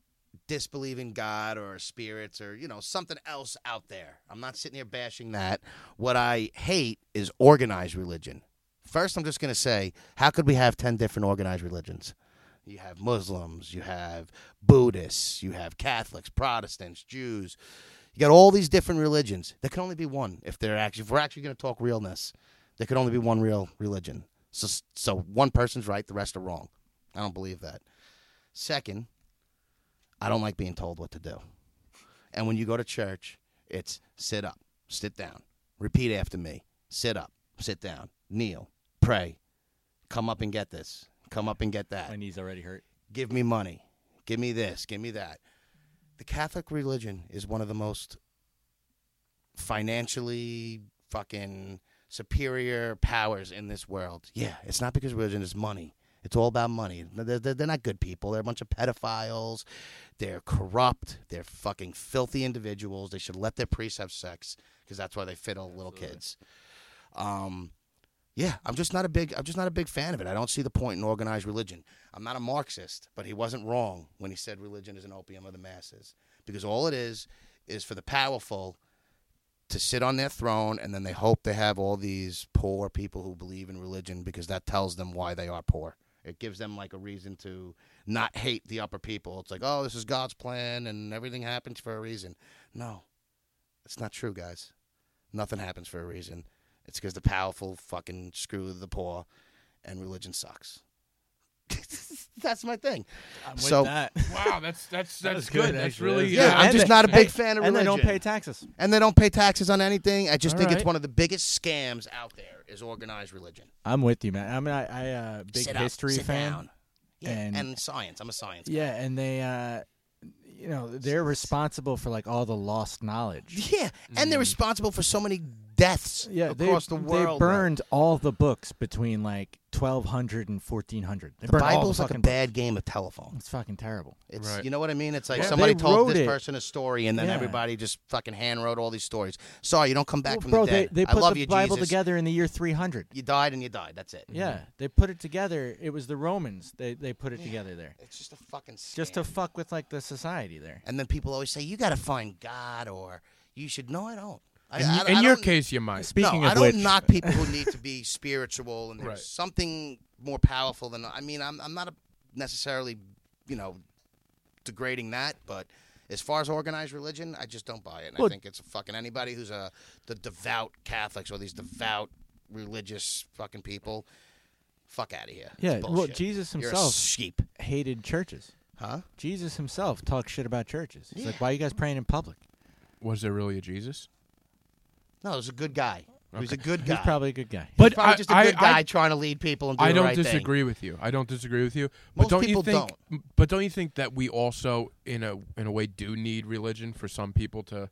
S5: disbelieve in God or spirits or, you know, something else out there. I'm not sitting here bashing that. What I hate is organized religion. First, I'm just going to say, how could we have 10 different organized religions? You have Muslims, you have Buddhists, you have Catholics, Protestants, Jews. You got all these different religions. There can only be one if they're actually if we're actually going to talk realness. There can only be one real religion. So so one person's right, the rest are wrong. I don't believe that. Second, I don't like being told what to do. And when you go to church, it's sit up, sit down, repeat after me, sit up, sit down, kneel, pray, come up and get this, come up and get that
S4: My knees already hurt.
S5: give me money, give me this, give me that. The Catholic religion is one of the most financially fucking superior powers in this world. Yeah, it's not because religion is money. It's all about money. They're, they're, they're not good people. They're a bunch of pedophiles. They're corrupt. They're fucking filthy individuals. They should let their priests have sex because that's why they fiddle little kids. Um, yeah, I'm just not a big I'm just not a big fan of it. I don't see the point in organized religion. I'm not a Marxist, but he wasn't wrong when he said religion is an opium of the masses because all it is is for the powerful to sit on their throne and then they hope they have all these poor people who believe in religion because that tells them why they are poor. It gives them like a reason to not hate the upper people. It's like, "Oh, this is God's plan and everything happens for a reason." No. It's not true, guys. Nothing happens for a reason. It's because the powerful fucking screw the poor, and religion sucks. (laughs) That's my thing.
S4: I'm
S5: So-
S4: with (laughs) that.
S5: (laughs)
S2: Wow, that's that's
S4: That
S2: that's
S4: was
S2: good.
S4: good,
S2: That's
S4: actually.
S2: really
S5: Yeah,
S4: Yeah,
S5: I'm
S4: and
S5: just
S4: they-
S5: not a big
S4: hey,
S5: fan of
S4: and they
S5: religion,
S4: don't pay taxes.
S5: And they don't pay taxes on anything. I just
S4: All
S5: think it's
S4: right.
S5: one of the biggest scams out there is organized religion.
S4: I'm with you, man. I mean, I, I uh, big
S5: Sit up,
S4: history
S5: sit
S4: fan.
S5: down. Yeah, and,
S4: and-
S5: science. I'm a science. guy.
S4: Yeah, and they, uh, you know they're responsible for like all the lost knowledge.
S5: Yeah, and they're responsible for so many deaths
S4: Yeah,
S5: across
S4: they,
S5: the world.
S4: they burned all the books between like 1200 and 1400. They
S5: The
S4: burned all
S5: Bible's
S4: the
S5: like a
S4: fucking
S5: bad game of telephone.
S4: It's fucking terrible.
S5: It's
S2: Right.
S5: you know what I mean. It's like
S4: Well,
S5: somebody
S4: they
S5: told
S4: wrote
S5: this
S4: it.
S5: person a story, and then
S4: Yeah.
S5: everybody just fucking hand wrote all these stories. Sorry, you don't come back
S4: Well,
S5: from
S4: bro,
S5: the dead.
S4: they they
S5: I
S4: put
S5: love
S4: the
S5: you,
S4: Bible
S5: Jesus.
S4: together in the year 300.
S5: You died and you died. That's it.
S4: Yeah, they put it together. It was the Romans. They they put it together there
S5: It's just a fucking scam.
S4: just to fuck with like the society there.
S5: and then people always say you got to find God or you should. No, I don't. I,
S2: In,
S5: I-
S2: y-
S5: I
S2: in your
S5: don't-
S2: case, you might.
S4: Speaking
S5: no,
S4: of
S5: I don't
S4: which,
S5: knock people who need to
S4: (laughs)
S5: be spiritual and there's
S2: Right.
S5: something more powerful than I mean I'm I'm not a, necessarily you know degrading that but as far as organized religion I just don't buy it and I
S4: Well-
S5: think it's fucking anybody who's a the devout Catholics or these devout religious fucking people fuck out of here
S4: Yeah,
S5: it's
S4: well,
S5: bullshit.
S4: Jesus
S5: You're a
S4: himself-
S5: sheep
S4: hated churches.
S5: huh
S4: Jesus himself talks shit about churches. He's like, "Why are you guys praying in public?"
S2: Was there really a Jesus?
S5: no it was a good guy he was a good guy
S4: He's probably a good guy.
S2: But
S5: probably
S2: I,
S5: just a
S2: I-
S5: good
S2: I-
S5: guy trying to lead people and do
S2: I
S5: the
S2: don't
S5: right thing.
S2: disagree with you. I don't disagree with you.
S5: Most
S2: but don't
S5: people
S2: you think? But don't you think that we also, in a in a way, do need religion for some people to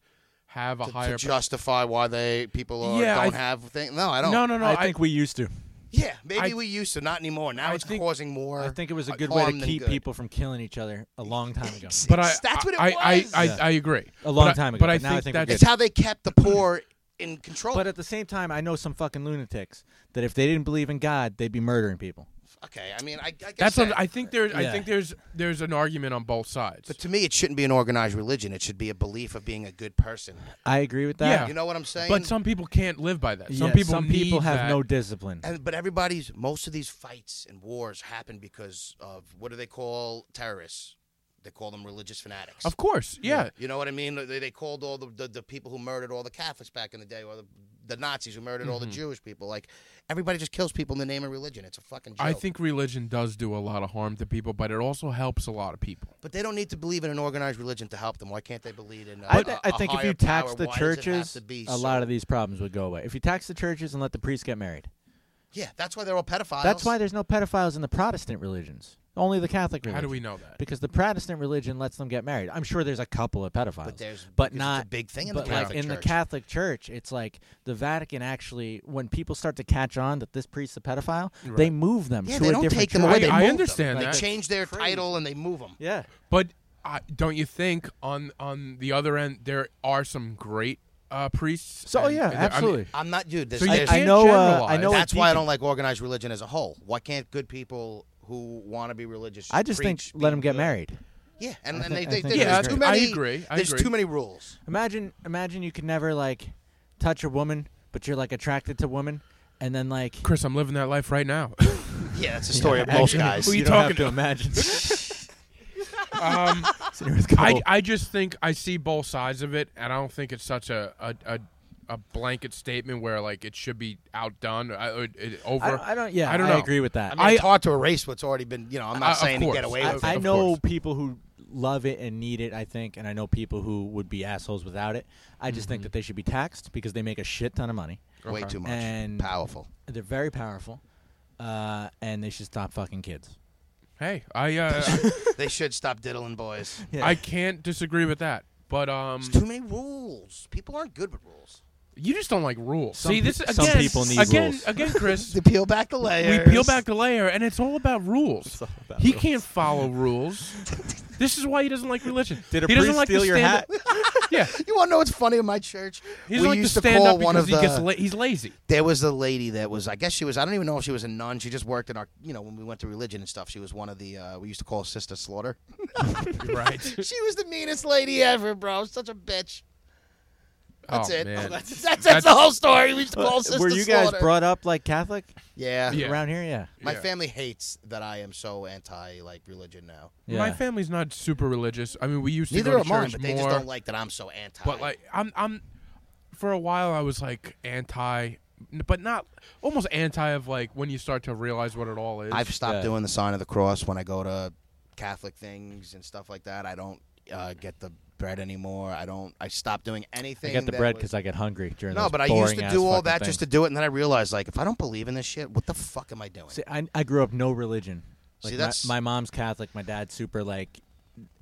S2: have a
S5: to, to
S2: higher?
S5: justify why they people are,
S2: Yeah, I
S5: don't
S2: th-
S5: have things. No, I don't.
S2: no, no, no.
S4: I think we used to.
S5: Yeah, maybe
S2: I-
S5: we used to, not anymore. Now
S2: I
S5: it's
S2: think-
S5: causing more. uh,
S4: I think it was a good way
S5: harm
S4: to
S5: than
S4: keep
S5: good.
S4: people from killing each other a long time ago.
S2: but I,
S5: that's what it
S2: I, I,
S5: was.
S2: I,
S4: Yeah.
S2: I agree.
S4: A long
S2: But I-
S4: time ago,
S2: But I
S4: but now I
S2: think
S4: think we're
S2: that's
S5: it's how they kept the poor in control.
S4: But at the same time, I know some fucking lunatics that if they didn't believe in God, they'd be murdering people.
S5: okay, I mean, I, I guess
S2: that's.
S5: that,
S2: What, I think there's. I
S4: Yeah.
S2: think there's. There's an argument on both sides.
S5: but to me, it shouldn't be an organized religion. It should be a belief of being a good person.
S4: I agree with that.
S2: Yeah.
S5: You know what I'm saying?
S2: But some people can't live by that. Some
S4: Yeah,
S2: people.
S4: some people
S2: need
S4: have
S2: that.
S4: no discipline.
S5: and but everybody's most of these fights and wars happen because of what do they call terrorists? They call them religious fanatics.
S2: Of course. Yeah.
S5: You know what I mean? They, they called all the, the, the people who murdered all the Catholics back in the day, or the, the Nazis who murdered all
S4: Mm-hmm.
S5: the Jewish people. Like everybody just kills people in the name of religion. It's a fucking joke.
S2: I think religion does do a lot of harm to people, but it also helps a lot of people.
S5: but they don't need to believe in an organized religion to help them. Why can't they believe in? A,
S4: I, th-
S5: a-
S4: I
S5: a
S4: think if
S5: higher
S4: you tax
S5: power?
S4: the
S5: Why does it have
S4: churches,
S5: to be
S4: a lot of these problems would go away. If you tax the churches and let the priests get married,
S5: yeah, that's why they're all pedophiles.
S4: that's why there's no pedophiles in the Protestant religions. Only the Catholic religion.
S2: How do we know that?
S4: Because the Protestant religion lets them get married. I'm sure there's a couple of pedophiles, but
S5: there's- because
S4: but
S5: it's a
S4: not
S5: big thing in the
S4: but
S5: Catholic
S4: like in
S5: Church.
S4: the Catholic Church, it's like the Vatican actually, when people start to catch on that this priest's a pedophile, they move them
S5: Yeah,
S4: to
S5: they
S4: a
S5: don't
S4: different
S5: take them
S4: church.
S5: away. They
S2: I
S5: move
S2: understand
S5: them.
S2: that.
S5: They change their title and they move them.
S4: Yeah,
S2: But I, don't you think on on the other end there are some great uh, priests?
S4: So, oh,
S2: there-
S4: yeah,
S2: I mean,
S4: absolutely.
S5: I'm not, dude. This,
S2: So you
S5: there's-
S4: I
S2: can't
S4: know, uh, I
S2: generalize.
S4: know. a
S5: that's why I
S4: deacon-
S5: don't like organized religion as a whole. Why can't good people who want to be religious?
S4: I just think
S5: preach, be
S4: let them get
S5: good?
S4: married.
S5: Yeah, and, (laughs)
S4: I
S5: and they,
S4: think- I
S5: they,
S4: think
S5: there's
S4: Yeah,
S5: too
S2: I
S5: many.
S2: agree, I
S5: there's
S2: agree.
S5: too many rules.
S4: Imagine, imagine you could never like touch a woman, but you're like attracted to women, and then like
S2: Chris, I'm living that life right
S4: (laughs)
S2: now.
S5: Yeah, that's the story of most guys.
S2: Who you
S4: you don't
S2: talking
S4: have
S2: to?
S4: to (laughs) imagine.
S2: um,
S4: Sitting with a couple-
S2: I, I just think I see both sides of it, and I don't think it's such a a, a, a blanket statement where like it should be outdone, I, or, it, over.
S4: I, I don't. Yeah,
S2: I don't know.
S4: agree with that.
S5: I mean, it's
S2: I-
S5: hard to erase what's already been. You know, I'm
S2: Uh,
S5: not
S2: of
S5: saying to
S2: course.
S5: get away
S4: I,
S5: with
S4: I
S5: it.
S4: know
S2: course.
S4: people who love it and need it. I think, and I know people who would be assholes without it. I just think that they should be taxed because they make a shit ton of money.
S5: Way too much.
S4: And-
S2: (laughs)
S5: Powerful.
S4: They're very powerful, uh, and they should stop fucking kids.
S2: Hey, I uh,
S5: they should stop diddling boys.
S4: Yeah.
S2: I can't disagree with that. But um,
S5: There's too many rules. People aren't good with rules.
S2: you just don't like rules.
S4: Some
S2: See,
S4: pe-
S2: this again,
S4: some people need
S2: again,
S4: rules.
S2: (laughs) again, Chris.
S6: To peel back the
S2: we
S6: layers.
S2: peel back the layer, and it's all about rules. he can't follow rules. this is why he doesn't like religion.
S4: Did a
S2: he doesn't
S4: priest
S2: like
S4: steal
S2: the
S4: your
S2: stand-up- (laughs) yeah,
S6: You want to know what's funny in my church?
S2: he doesn't
S5: We
S2: like
S5: used
S2: to
S5: to
S2: stand
S5: call
S2: up
S5: one
S2: because
S5: of
S2: he gets
S5: the-
S2: la- he's lazy.
S5: There was a lady that was, I guess she was, I don't even know if she was a nun. She just worked in our, you know, when we went to religion and stuff, she was one of the, uh, we used to call
S2: (laughs)
S5: Sister Slaughter.
S2: Right.
S6: She was the meanest lady ever, bro. Such a bitch. That's
S2: Oh,
S6: it.
S5: (laughs)
S2: man.
S6: That's, that's, that's the whole story. We used to call Sister
S4: Were you guys
S6: Slaughter.
S4: brought up like Catholic
S5: Yeah.
S2: Yeah.
S4: around here? Yeah.
S5: My
S2: Yeah.
S5: family hates that I am so anti, like, religion now.
S4: yeah.
S2: My family's not super religious. I mean, we used to
S5: Neither
S2: go
S5: are
S2: to
S5: mine,
S2: church
S5: but
S2: more.
S5: they just don't like that I'm so anti.
S2: but like, I'm I'm for a while I was like anti, but not almost anti of like when you start to realize what it all is.
S5: I've stopped
S4: Yeah.
S5: doing the sign of the cross when I go to Catholic things and stuff like that. I don't uh, get the bread anymore. I don't. I stopped doing anything.
S4: I got the
S5: that
S4: bread
S5: was-
S4: because I get hungry during.
S5: no,
S4: those
S5: but I used to
S4: boring-ass
S5: do all
S4: fucking
S5: that
S4: things.
S5: just to do it, and then I realized like if I don't believe in this shit, what the fuck am I doing?
S4: See, I, I grew up no religion. Like
S5: See,
S4: my-
S5: that's-
S4: my, mom's Catholic, my dad's super like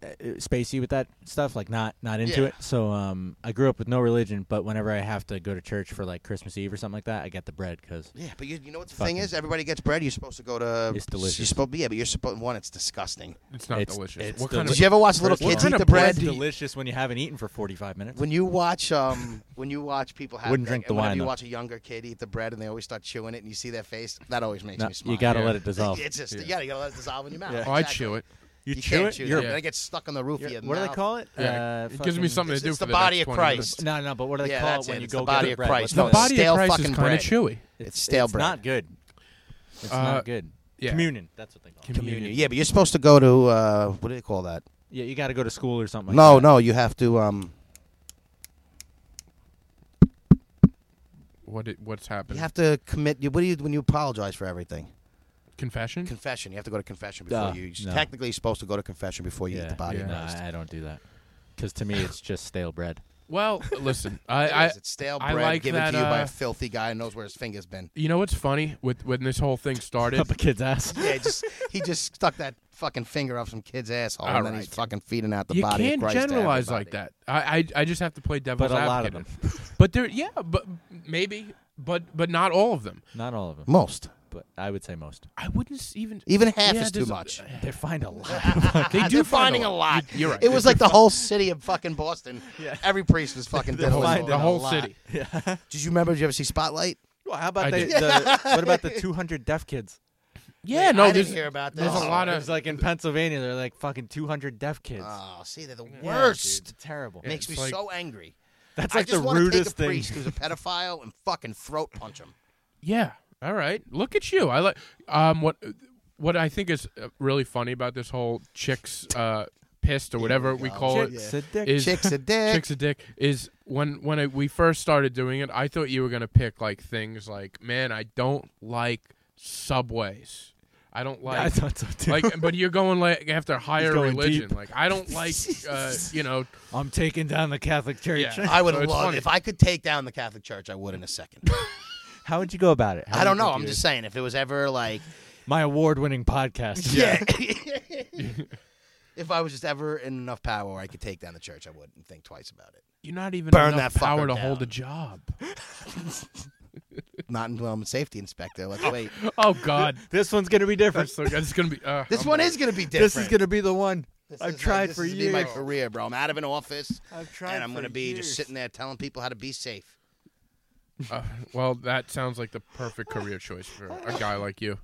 S4: uh, spacey with that stuff, like not not into
S6: Yeah.
S4: it. So um, I grew up with no religion, but whenever I have to go to church for like Christmas Eve or something like that, I get the bread because
S5: Yeah, but you, you know what the
S4: Fucking-
S5: thing is? Everybody gets bread. You're supposed to go to.
S4: It's delicious.
S5: You're supposed, yeah, but you're supposed. One, it's disgusting.
S2: It's not
S4: It's-
S2: delicious.
S4: it's
S2: what kind
S4: delicious.
S5: Did
S2: of
S5: you ever watch little
S2: What
S5: kids
S2: kind
S5: eat
S2: of
S5: the bread?
S2: bread do
S4: delicious when you haven't eaten for 45 minutes.
S5: When you watch, um, when you watch people have,
S4: Wouldn't
S5: that-
S4: drink the
S5: whenever
S4: wine,
S5: You
S4: though.
S5: watch a younger kid eat the bread, and they always start chewing it, and you see their face. That always makes
S4: No,
S5: me smile.
S4: you gotta
S2: Yeah.
S4: let it dissolve.
S5: It's just
S2: Yeah.
S5: yeah. you gotta let it dissolve in your mouth.
S4: Yeah.
S2: Oh, I
S5: Exactly.
S2: chew it.
S4: You,
S5: You
S4: chew
S5: can't
S4: it.
S5: chew
S2: you're-
S5: it. Then it gets stuck on the roof of
S4: you're-
S5: your
S4: what do
S5: mouth.
S4: they call it?
S2: Yeah,
S4: Uh,
S2: it gives me
S4: fucking-
S2: something to
S5: It's-
S2: do
S5: it's
S2: for
S5: the body
S2: next
S5: of
S2: 20
S5: Christ.
S2: minutes.
S4: No, no, but what do they
S5: Yeah,
S4: call it
S5: that's
S4: when
S5: it.
S4: you
S5: It's
S4: go
S5: the body
S4: get
S5: of
S4: bread?
S5: Christ.
S4: What's
S5: No,
S4: the-
S5: it's
S2: Body
S5: stale
S2: of Christ is
S5: fucking
S2: kind
S5: bread.
S2: of chewy.
S5: It's stale
S4: it's
S5: bread.
S4: not good. It's
S2: Uh,
S4: not good.
S2: yeah.
S4: Communion. That's what they call it.
S2: Communion.
S5: Yeah, but you're supposed to go to uh, what do they call that?
S4: Yeah, you got to go to school or something. Like
S5: no,
S4: that.
S5: no, you have to. Um,
S2: What it, what's
S5: you
S2: happened?
S5: have to commit. You, what do you when you apologize for everything?
S2: Confession.
S5: Confession. You have to go to confession before
S4: Duh,
S5: you. You're
S4: no.
S5: Technically, you're supposed to go to confession before you
S4: Yeah,
S5: eat the body
S2: yeah.
S5: of
S4: no,
S5: Christ.
S4: I I don't do that because (laughs) to me it's just stale bread.
S5: (laughs)
S2: well, listen,
S5: It
S2: I, I
S5: is. it's stale
S2: I
S5: bread
S2: like
S5: given
S2: that,
S5: to you by
S2: uh,
S5: a filthy guy who knows where his finger's been.
S2: you know what's funny with when this whole thing started.
S4: (laughs) Up a kid's ass.
S5: Yeah, just he just (laughs) stuck that fucking finger up some kid's asshole,
S2: All
S5: and then he's
S2: right.
S5: fucking feeding out the
S2: you
S5: body.
S2: can't
S5: of Christ to
S2: generalize
S5: everybody.
S2: like that. I, I I just have to play devil's
S4: a lot of
S2: advocate. (laughs) but there, yeah, but maybe, but but not all of them.
S4: (laughs) Not all of them,
S5: Most,
S4: but I would say most.
S2: I wouldn't s- even.
S5: even half
S2: Yeah,
S5: is too
S2: there's- (laughs)
S5: much.
S4: They find a
S5: (laughs)
S4: lot.
S2: They do
S5: They're
S2: find
S5: finding a lot.
S2: You- You're right.
S5: It was like the whole city of fucking Boston. Every
S2: (laughs)
S5: priest was fucking
S4: They're
S5: diddling.
S4: finding
S2: the
S4: a
S2: whole
S4: lot.
S2: city.
S5: Did you remember? Did you ever see Spotlight?
S4: Well, how about
S2: I
S4: the,
S2: did.
S4: the
S5: (laughs)
S4: what about the 200 deaf kids?
S2: Yeah, no,
S5: I
S2: there's
S5: didn't hear about this.
S2: there's a lot
S4: It
S2: of
S4: was like in Pennsylvania, they're like fucking 200 deaf kids.
S5: Oh, see, they're the
S4: Yeah, dude,
S5: worst.
S4: it's terrible.
S5: Makes me
S2: it's like-
S5: so angry.
S4: That's
S5: I
S4: like
S5: just
S4: the
S5: wanna
S4: rudest
S5: take a
S4: thing.
S5: priest who's a pedophile and fucking throat punch him.
S2: Yeah. All right. Look at you. I like um what what I think is uh, really funny about this whole chicks uh pissed or whatever we call it
S4: Chicks a dick.
S2: is (laughs)
S5: Chicks a dick.
S2: chicks a dick is when when I, we first started doing it, I thought you were gonna pick like things like man, I don't like subways. I don't like.
S4: I thought so too.
S2: like, but you're going like after higher
S4: going
S2: religion.
S4: deep.
S2: Like, I don't
S5: (laughs)
S2: like, uh, you know,
S4: (laughs) I'm taking down the Catholic Church. (laughs)
S2: Yeah.
S5: I would
S2: So
S5: love
S2: it's funny.
S5: if I could take down the Catholic Church. I would in a second.
S4: How would you go about it? How
S5: I
S4: do
S5: don't
S4: you
S5: know.
S4: think
S5: I'm
S4: you
S5: just saying if it was ever like
S4: would- my award-winning podcast.
S5: yeah.
S4: (laughs)
S5: (laughs) if I was just ever in enough power, where I could take down the church. I would and think twice about it.
S2: you're not even
S5: Burn
S2: enough
S5: that fucker
S2: power to
S5: down.
S2: hold a job.
S5: Not until I'm a safety inspector. Let's
S4: (laughs)
S5: wait.
S2: Oh
S5: (laughs)
S2: God,
S4: This one's gonna be different.
S2: that's so. That's gonna be. Uh,
S5: This
S2: I'm-
S5: one is gonna be different.
S4: This is gonna be the one.
S5: This
S4: I've
S5: is-
S4: tried
S5: this
S4: for
S5: is gonna
S4: years.
S5: Be my career, bro. I'm out of an office,
S4: I've tried.
S5: and I'm gonna be just sitting there telling people how to be safe.
S2: Uh, well, that sounds like the perfect career choice for
S5: (laughs)
S2: a guy like you.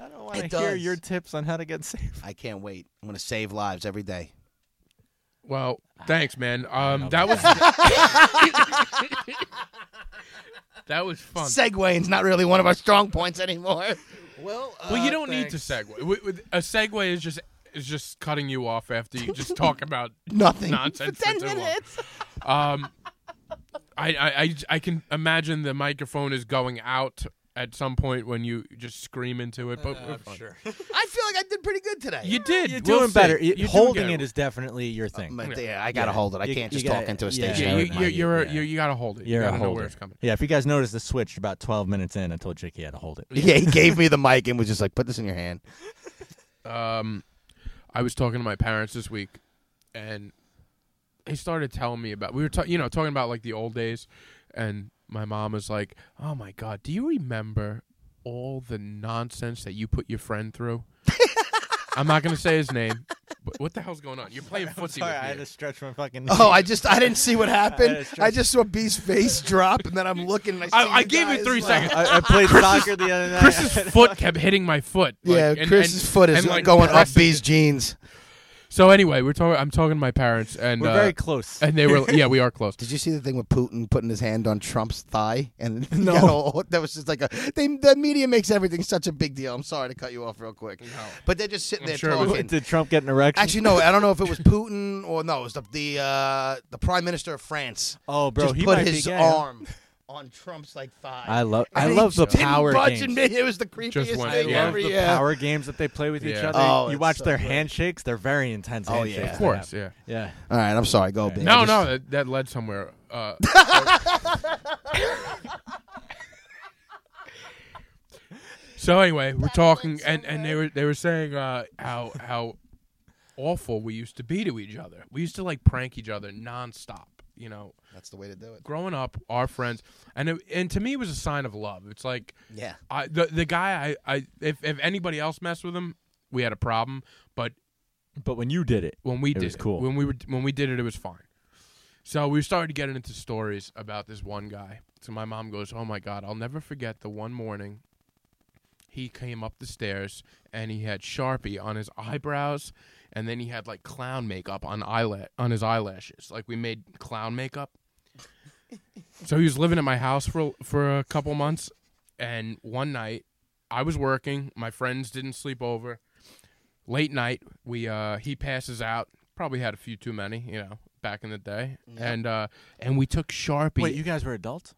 S4: I don't want
S5: It
S4: to hear
S5: does.
S4: your tips on how to get safe.
S5: I can't wait. I'm gonna save lives every day.
S2: Well, thanks, man. Um, that was (laughs)
S5: (laughs)
S2: that was fun.
S5: Segwaying's not really one of our strong points anymore. (laughs)
S4: Well,
S2: well, you don't need to segue. W- w- A segue is just is just cutting you off after you just talk
S4: (laughs)
S2: about
S5: Nothing.
S2: nonsense.
S5: For ten
S2: for too long.
S5: minutes.
S2: Um, I, I I I can imagine the microphone is going out at some point when you just scream into it. But we're fine.
S5: I feel like I did pretty good today.
S2: you did.
S4: You're
S2: we'll
S4: doing
S2: see.
S4: better. You-
S2: You're doing
S4: holding
S2: good.
S4: it is definitely your thing.
S5: But yeah, I gotta hold it. I
S4: You-
S5: can't
S4: you
S5: just
S4: gotta-
S5: talk into a
S4: yeah.
S5: station.
S2: Yeah,
S4: Yeah,
S2: you,
S4: never
S2: you,
S4: mind.
S2: you're
S4: Yeah.
S2: you, you gotta hold it.
S4: You're
S2: you
S4: a
S2: gotta know where
S4: holder.
S2: it's coming.
S4: Yeah, if you guys noticed, the switch about 12 minutes in, I told Jake he had to hold it.
S5: Yeah, he gave me the mic and was just like, "Put this in your hand."
S2: um, I was talking to my parents this week, and they started telling me about we were ta- you know talking about like the old days, and my mom was like, "Oh my god, do you remember all the nonsense that you put your friend
S4: (laughs)
S2: through?" I'm not gonna say his name. But what the hell's going on? You're
S4: (laughs)
S2: playing footsie
S4: Sorry, I had
S2: with me.
S4: to stretch my fucking.
S5: (laughs) Oh, I just I didn't see what
S4: Yeah,
S5: happened.
S4: it's true.
S5: I just saw B's face drop, and then I'm looking. And I, see
S2: I, I
S5: you
S2: gave it
S5: guys,
S2: three
S5: like-
S2: seconds.
S4: (laughs) I, I played soccer the other night. (laughs)
S2: Chris's foot kept hitting my foot. like,
S5: (laughs) Yeah,
S2: and-
S5: Chris's
S2: and-
S5: foot is
S2: and, like,
S5: going up
S2: pressing.
S5: B's jeans.
S2: So anyway, we're talking. I'm talking to my parents, and
S4: We're
S2: uh,
S4: very close.
S2: and they
S4: (laughs)
S2: were yeah, we are close.
S5: Did you see the thing with Putin putting his hand on Trump's thigh? And (laughs) he
S4: No.
S5: got all- that was just like a. They, the media makes everything such a big deal. I'm sorry to cut you off real quick, but they're just sitting
S2: I'm
S5: there
S2: sure it was-
S5: talking.
S4: Did Trump get an erection?
S5: Actually, no. I don't know if it was Putin or no. It was the the, uh, the prime minister of France.
S4: Oh, bro,
S5: just
S4: he
S5: put
S4: might be
S5: his
S4: gay, huh?
S5: arm on Trump's like thigh.
S4: I love. I
S5: And he
S4: love the
S5: didn't
S4: power
S5: budge and
S4: games.
S5: It was the creepiest
S2: Just went,
S5: thing
S2: yeah.
S4: I love
S5: ever.
S4: the
S5: yeah.
S4: power games that they play with each
S2: Yeah.
S4: other.
S5: Oh,
S4: you
S5: it's
S4: watch
S5: so
S4: their
S5: good.
S4: handshakes; they're very intense.
S5: Oh,
S4: handshakes
S5: yeah.
S4: that
S2: Of course,
S4: happen.
S2: yeah.
S4: yeah.
S5: All right, I'm sorry. Go, big.
S2: No, no, that, that led somewhere. Uh, so anyway, we're talking, and, and they were they were saying uh, how how awful we used to be to each other. We used to like prank each other nonstop. You know,
S5: That's the way to do it.
S2: growing up, our friends, and it, and to me, it was a sign of love. It's like
S5: Yeah.
S2: I the the guy I I if if anybody else messed with him, we had a problem. But
S4: But when you did it,
S2: when we
S4: It
S2: did
S4: was cool.
S2: when we were when we did it, it was fine. So we started getting into stories about this one guy. So my mom goes, "Oh my god, I'll never forget the one morning." He came up the stairs and he had Sharpie on his eyebrows, and then he had like clown makeup on eyelash on his eyelashes. Like we made clown makeup. so he was living at my house for for a couple months, and one night I was working. My friends didn't sleep over late night we uh he passes out probably had a few too many you know back in the day and uh and we took sharpie
S4: wait, you guys were adults?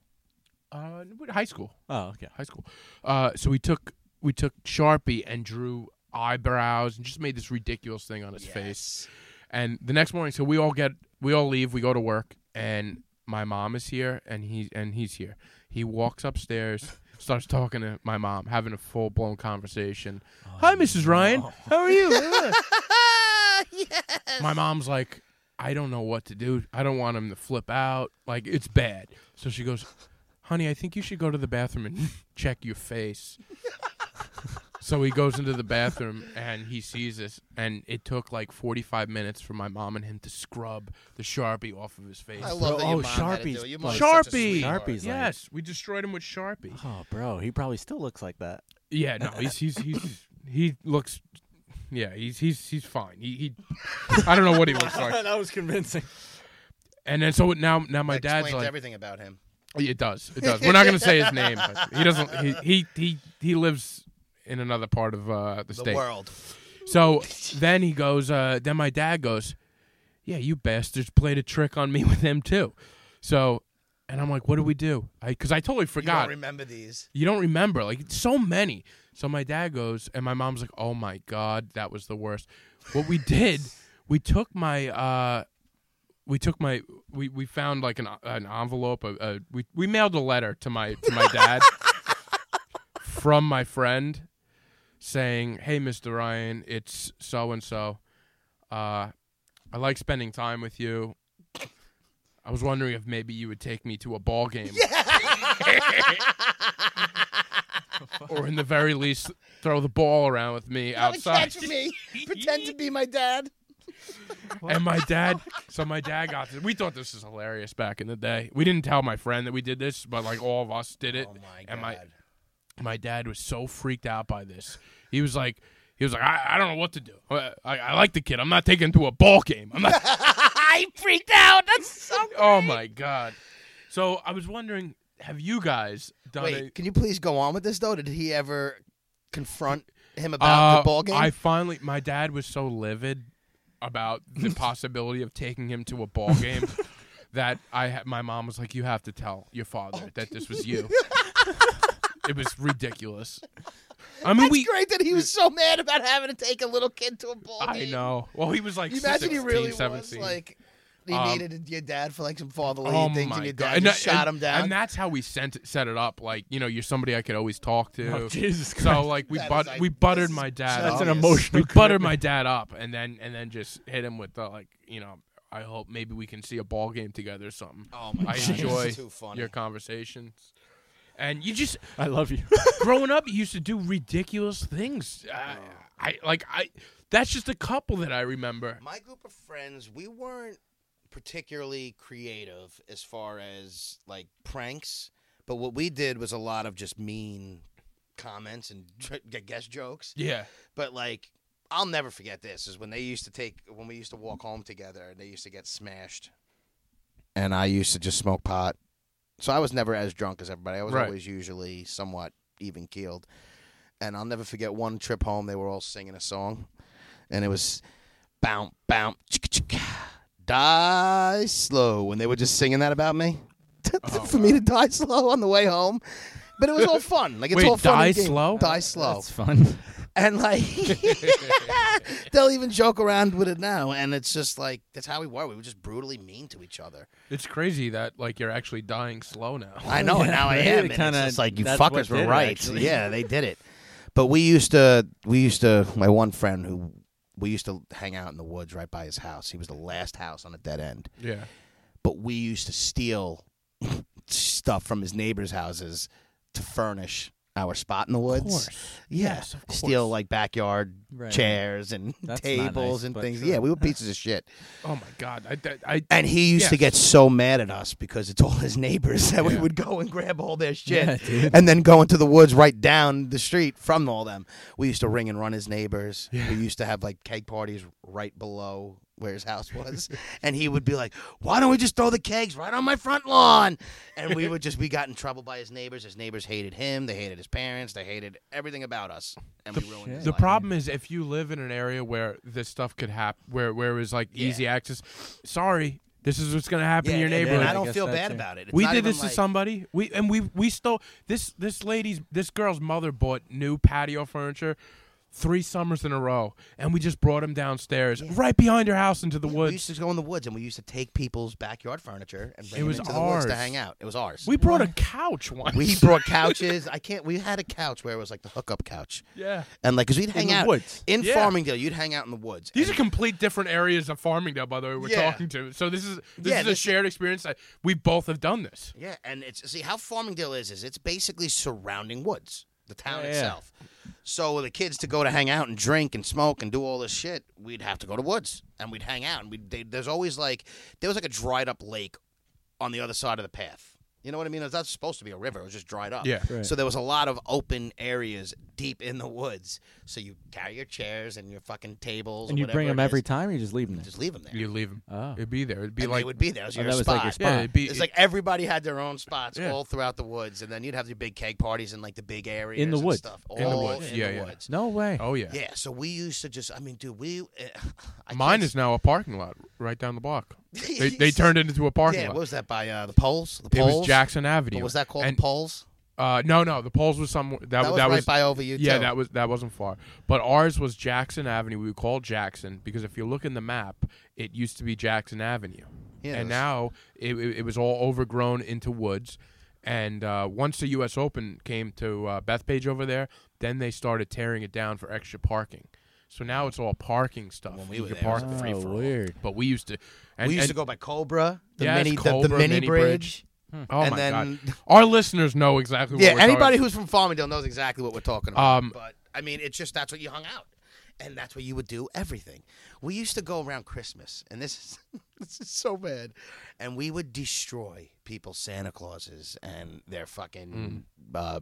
S2: uh high school
S4: Oh, okay.
S2: high school uh so we took we took sharpie and drew eyebrows and just made this ridiculous thing on his face and the next morning so we all get we all leave we go to work and my mom is here and he and he's here he walks upstairs starts talking to my mom having a full-blown conversation hi mrs ryan how are you my mom's like, I don't know what to do. I don't want him to flip out. Like it's bad. So she goes, "Honey, I think you should go to the bathroom and (laughs) check your face." (laughs) so he goes into the bathroom and he sees this and it took like 45 minutes for my mom and him to scrub the Sharpie off of his face.
S6: I love that
S4: oh,
S6: your mom had to do
S4: Sharpies,
S6: it. Your mom
S4: like-
S6: is such a
S2: Sharpie!
S6: sweetheart.
S4: Sharpies.
S2: yes, we destroyed him with Sharpie.
S4: Oh, bro, he probably still looks like that.
S2: Yeah, no, he's he's he's he looks yeah, he's he's he's fine. He, he I don't know what he looks like.
S4: (laughs) that was convincing.
S2: And then so now now my
S5: That
S2: dad's
S5: explains
S2: like
S5: everything about him.
S2: It does. It does. We're not going to say his name. But he doesn't. He, he he he lives in another part of uh, the,
S5: The
S2: state.
S5: world.
S2: So then he goes. Uh, then my dad goes. Yeah, you bastards played a trick on me (laughs) with him too. So, and I'm like, what do we do? Because I, totally
S5: You don't
S2: forgot.
S5: remember these.
S2: You don't remember. Like it's so many. So my dad goes, and my mom's like, "Oh my god, that was the worst." What we did, we took my, uh, we took my, we, we found like an an envelope. A, a, we we mailed a letter to my to my dad from my friend saying, "Hey, Mr. Ryan, it's so and so. I like spending time with you. I was wondering if maybe you would take me to a ball game." (laughs) or in the very least throw the ball around with me
S6: Have a
S2: outside.
S6: catch with
S2: (laughs)
S6: me. Pretend to be my dad.
S2: And my (laughs) dad, so my dad got this. We thought this was hilarious back in the day. We didn't tell my friend that we did this, but like all of us did it. Oh my god! And my
S5: (laughs)
S2: my dad was so freaked out by this. He was like, he was like, I, I don't know what to do. I, I, I like the kid. I'm not taking him to a ball game. I'm not. (laughs)
S6: I freaked out. That's so.
S2: oh my god! So I was wondering, have you guys done
S5: Wait,
S2: it?
S5: can you please go on with this though? Did he ever confront him about the ball game?
S2: Uh, I finally, my dad was so livid about the
S5: (laughs)
S2: possibility of taking him to a ball game that I, ha- my mom was like, "You have to tell your father that this was
S5: (laughs)
S2: you." it was ridiculous. I mean,
S6: That's
S2: we.
S6: great that he was so mad about having to take a little kid to a ball
S2: I
S6: game.
S2: know. Well, he was like
S5: you
S2: 16,
S5: imagine he really
S2: 17.
S5: was like he
S2: Um,
S5: needed your dad for like some fatherly
S2: Oh
S5: things,
S2: my
S5: and your
S2: god!
S5: dad
S2: And,
S5: just
S2: that-
S5: shot
S2: and-
S5: him down.
S2: and that's how we sent it, set it up. Like you know, you're somebody I could always talk to.
S4: Oh, Jesus Christ.
S2: So like we
S5: That
S2: but
S5: is, like,
S2: we
S5: this
S2: buttered
S5: is
S2: my dad.
S5: That's
S2: up.
S5: an
S4: emotional
S2: We buttered my dad up, and then and then just hit him with the like you know. I hope maybe we can see a ball game together or something. Oh
S5: (laughs)
S2: my I
S5: God,
S2: enjoy
S5: that's too funny.
S2: your conversations, and you just
S4: I love you.
S2: growing up you used to do ridiculous things. I,
S5: Oh.
S2: I like I. That's just a couple that I remember.
S5: my group of friends, we weren't particularly creative as far as like pranks, but what we did was a lot of just mean comments and (laughs) guess jokes.
S2: Yeah,
S5: But like, I'll never forget this is when they used to take when we used to walk home together and they used to get smashed, and I used to just smoke pot. So I was never as drunk as everybody. I was
S2: Right.
S5: always usually somewhat even keeled. And I'll never forget one trip home. They were all singing a song, and it was bounce, bounce, chicka, chicka, die slow. And they were just singing that about me (laughs)
S2: Oh,
S5: for me to die slow on the way home. But it was all fun. Like it's
S2: Wait,
S5: all fun.
S2: die
S5: and game.
S2: slow?
S5: Die slow
S4: That's fun.
S5: and like (laughs) they'll even joke around with it now and it's just like that's how we were we were just brutally mean to each other
S2: it's crazy that like you're actually dying slow now.
S5: i know and now i
S4: Yeah,
S5: am and
S4: kinda-
S5: it's just like you
S4: that's
S5: fuckers
S4: what
S5: were
S4: did it,
S5: right
S4: actually.
S5: yeah they did it but we used to we used to my one friend who we used to hang out in the woods right by his house. He was the last house on a dead end.
S2: Yeah.
S5: But we used to steal (laughs) stuff from his neighbors' houses to furnish our spot in the woods. Yeah.
S2: Yes, of
S5: Steal
S2: course.
S5: like backyard
S4: Right.
S5: chairs and (laughs)
S4: That's not
S5: tables
S4: nice,
S5: and
S4: but
S5: things.
S4: sure.
S5: Yeah, we
S4: (laughs)
S5: were pieces of shit.
S2: Oh my god. I that- I,
S5: And he used to
S2: Yes.
S5: get so mad at us because it's all his neighbors (laughs) that we
S2: Yeah.
S5: would go and grab all their shit
S4: Yeah, dude.
S5: and then go into the woods right down the street from all them. We used to ring and run his neighbors. We used to have like keg parties right below where his
S2: (laughs)
S5: house was. and he would be like, Why don't we just throw the kegs right on my front lawn? And we would just, we got in trouble by his neighbors. His neighbors hated him. They hated his parents. They hated everything about us. And we ruined his
S2: the
S5: life.
S2: problem is if you live in an area where this stuff could happen, where where it was like easy access. Sorry, this is what's gonna happen
S5: Yeah,
S2: in your
S5: and- and
S2: neighborhood.
S5: I don't
S4: guess
S5: feel
S4: that's
S5: bad
S4: it.
S5: about it. It's
S2: we
S5: not
S2: did
S5: even
S2: this
S5: like-
S2: to somebody. We and we we stole this this lady's this girl's mother bought new patio furniture three summers in a row, and we just brought him downstairs right behind her house into the
S5: We
S2: woods.
S5: used to go in the woods and we used to take people's backyard furniture and bring
S2: It
S5: it
S2: was
S5: into the woods to
S2: ours.
S5: hang out. It was ours.
S2: We brought a couch once. (laughs)
S5: we brought couches. I can't. We had a couch where it was like the hookup couch,
S2: yeah.
S5: and like because we'd hang
S4: the
S5: out
S4: woods.
S5: in
S2: Yeah.
S5: Farmingdale. You'd hang out in the woods.
S2: These are
S5: and-
S2: complete different areas of Farmingdale, by the way, we're
S5: Yeah.
S2: talking to. So this is this
S5: Yeah,
S2: is a
S5: this-
S2: shared experience that we both have done this.
S5: yeah, and it's see how Farmingdale is is it's basically surrounding woods, the town
S4: Yeah, yeah.
S5: itself. So the kids to go to hang out and drink and smoke and do all this shit, we'd have to go to woods and we'd hang out and we would there's always like there was like a dried up lake on the other side of the path. You know what I mean? It's not supposed to be a river. It was just dried up.
S2: Yeah.
S4: Right.
S5: So there was a lot of open areas deep in the woods. So you carry your chairs and your fucking tables
S4: And
S5: or
S4: you bring
S5: whatever
S4: them
S5: it
S4: every
S5: is,
S4: time, or you just leave them there.
S5: Just leave them there.
S2: You leave them.
S4: Oh.
S2: It'd be there. It'd be
S5: and
S2: like
S5: they would be there. It was
S4: Oh,
S5: your
S4: that was
S5: spot.
S4: like your
S2: yeah. It'd be
S5: It's like everybody had their own spots
S2: Yeah.
S5: all throughout the woods, and then you'd have your big keg parties in like the big areas
S4: the
S5: and
S4: woods.
S5: stuff.
S2: the
S5: all
S2: woods.
S5: in
S2: Yeah,
S5: the
S2: yeah.
S5: woods.
S4: No way.
S2: oh yeah.
S5: Yeah, so we used to just, I mean, dude, we. Uh, (sighs) I
S2: Mine
S5: can't
S2: is now a parking lot right down the
S5: (laughs)
S2: block.
S5: s-
S2: They, they turned it into a parking
S5: Yeah,
S2: lot.
S5: what was that by uh, the poles? The
S2: it
S5: poles.
S2: was Jackson Avenue.
S5: What was that called?
S2: And,
S5: the poles.
S2: uh, no, no, the polls was some that,
S5: That, was
S2: that
S5: right by over you.
S2: yeah,
S5: too.
S2: that was that wasn't far. But ours was Jackson Avenue. We would call Jackson because if you look in the map, it used to be Jackson Avenue.
S5: Yeah,
S2: and
S5: it was-
S2: now it, it, it was all overgrown into woods. And uh, once the U.S. Open came to uh, Bethpage over there, then they started tearing it down for extra parking. So now it's all parking stuff.
S5: When we
S2: You
S5: were
S2: could
S5: there, it was
S2: park-
S5: a free for all.
S4: weird.
S2: but we used to. And,
S5: we used
S2: and-
S5: to go by Cobra, the
S2: Yes,
S5: mini, the- the,
S2: Cobra,
S5: mini,
S2: Mini
S5: bridge.
S2: Oh
S5: and
S2: my
S5: then-
S2: god! Our listeners know exactly. What
S5: Yeah,
S2: we're talking
S5: anybody who's from Farmingdale knows exactly what we're talking about.
S2: Um,
S5: but I mean, it's just that's what you hung out, and that's where you would do everything. We used to go around Christmas, and this is (laughs) this is so bad, and we would destroy people's Santa Clauses and their fucking
S2: Mm.
S5: uh,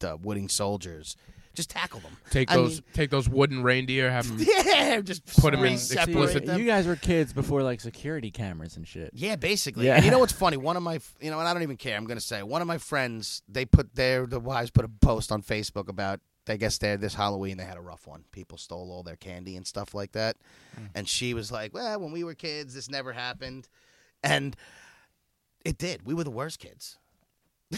S5: the wooden soldiers. Just tackle them.
S2: take
S5: I
S2: those
S5: mean-
S2: take those wooden reindeer. Have
S5: (laughs)
S2: 'em-
S5: yeah, just
S2: Put 'em in
S5: separate
S2: explicit-
S5: them.
S4: you guys were kids before like security cameras and shit.
S5: Yeah, basically.
S4: Yeah.
S5: And you
S2: (laughs)
S5: know what's funny? One of my, you know, and I don't even care. I'm gonna say one of my friends. They put their the wives put a post on Facebook about. I guess they this Halloween they had a rough one. People stole all their candy and stuff like that.
S2: Mm.
S5: And she was like, "Well, when we were kids, this never happened," and it did. We were the worst kids. (laughs)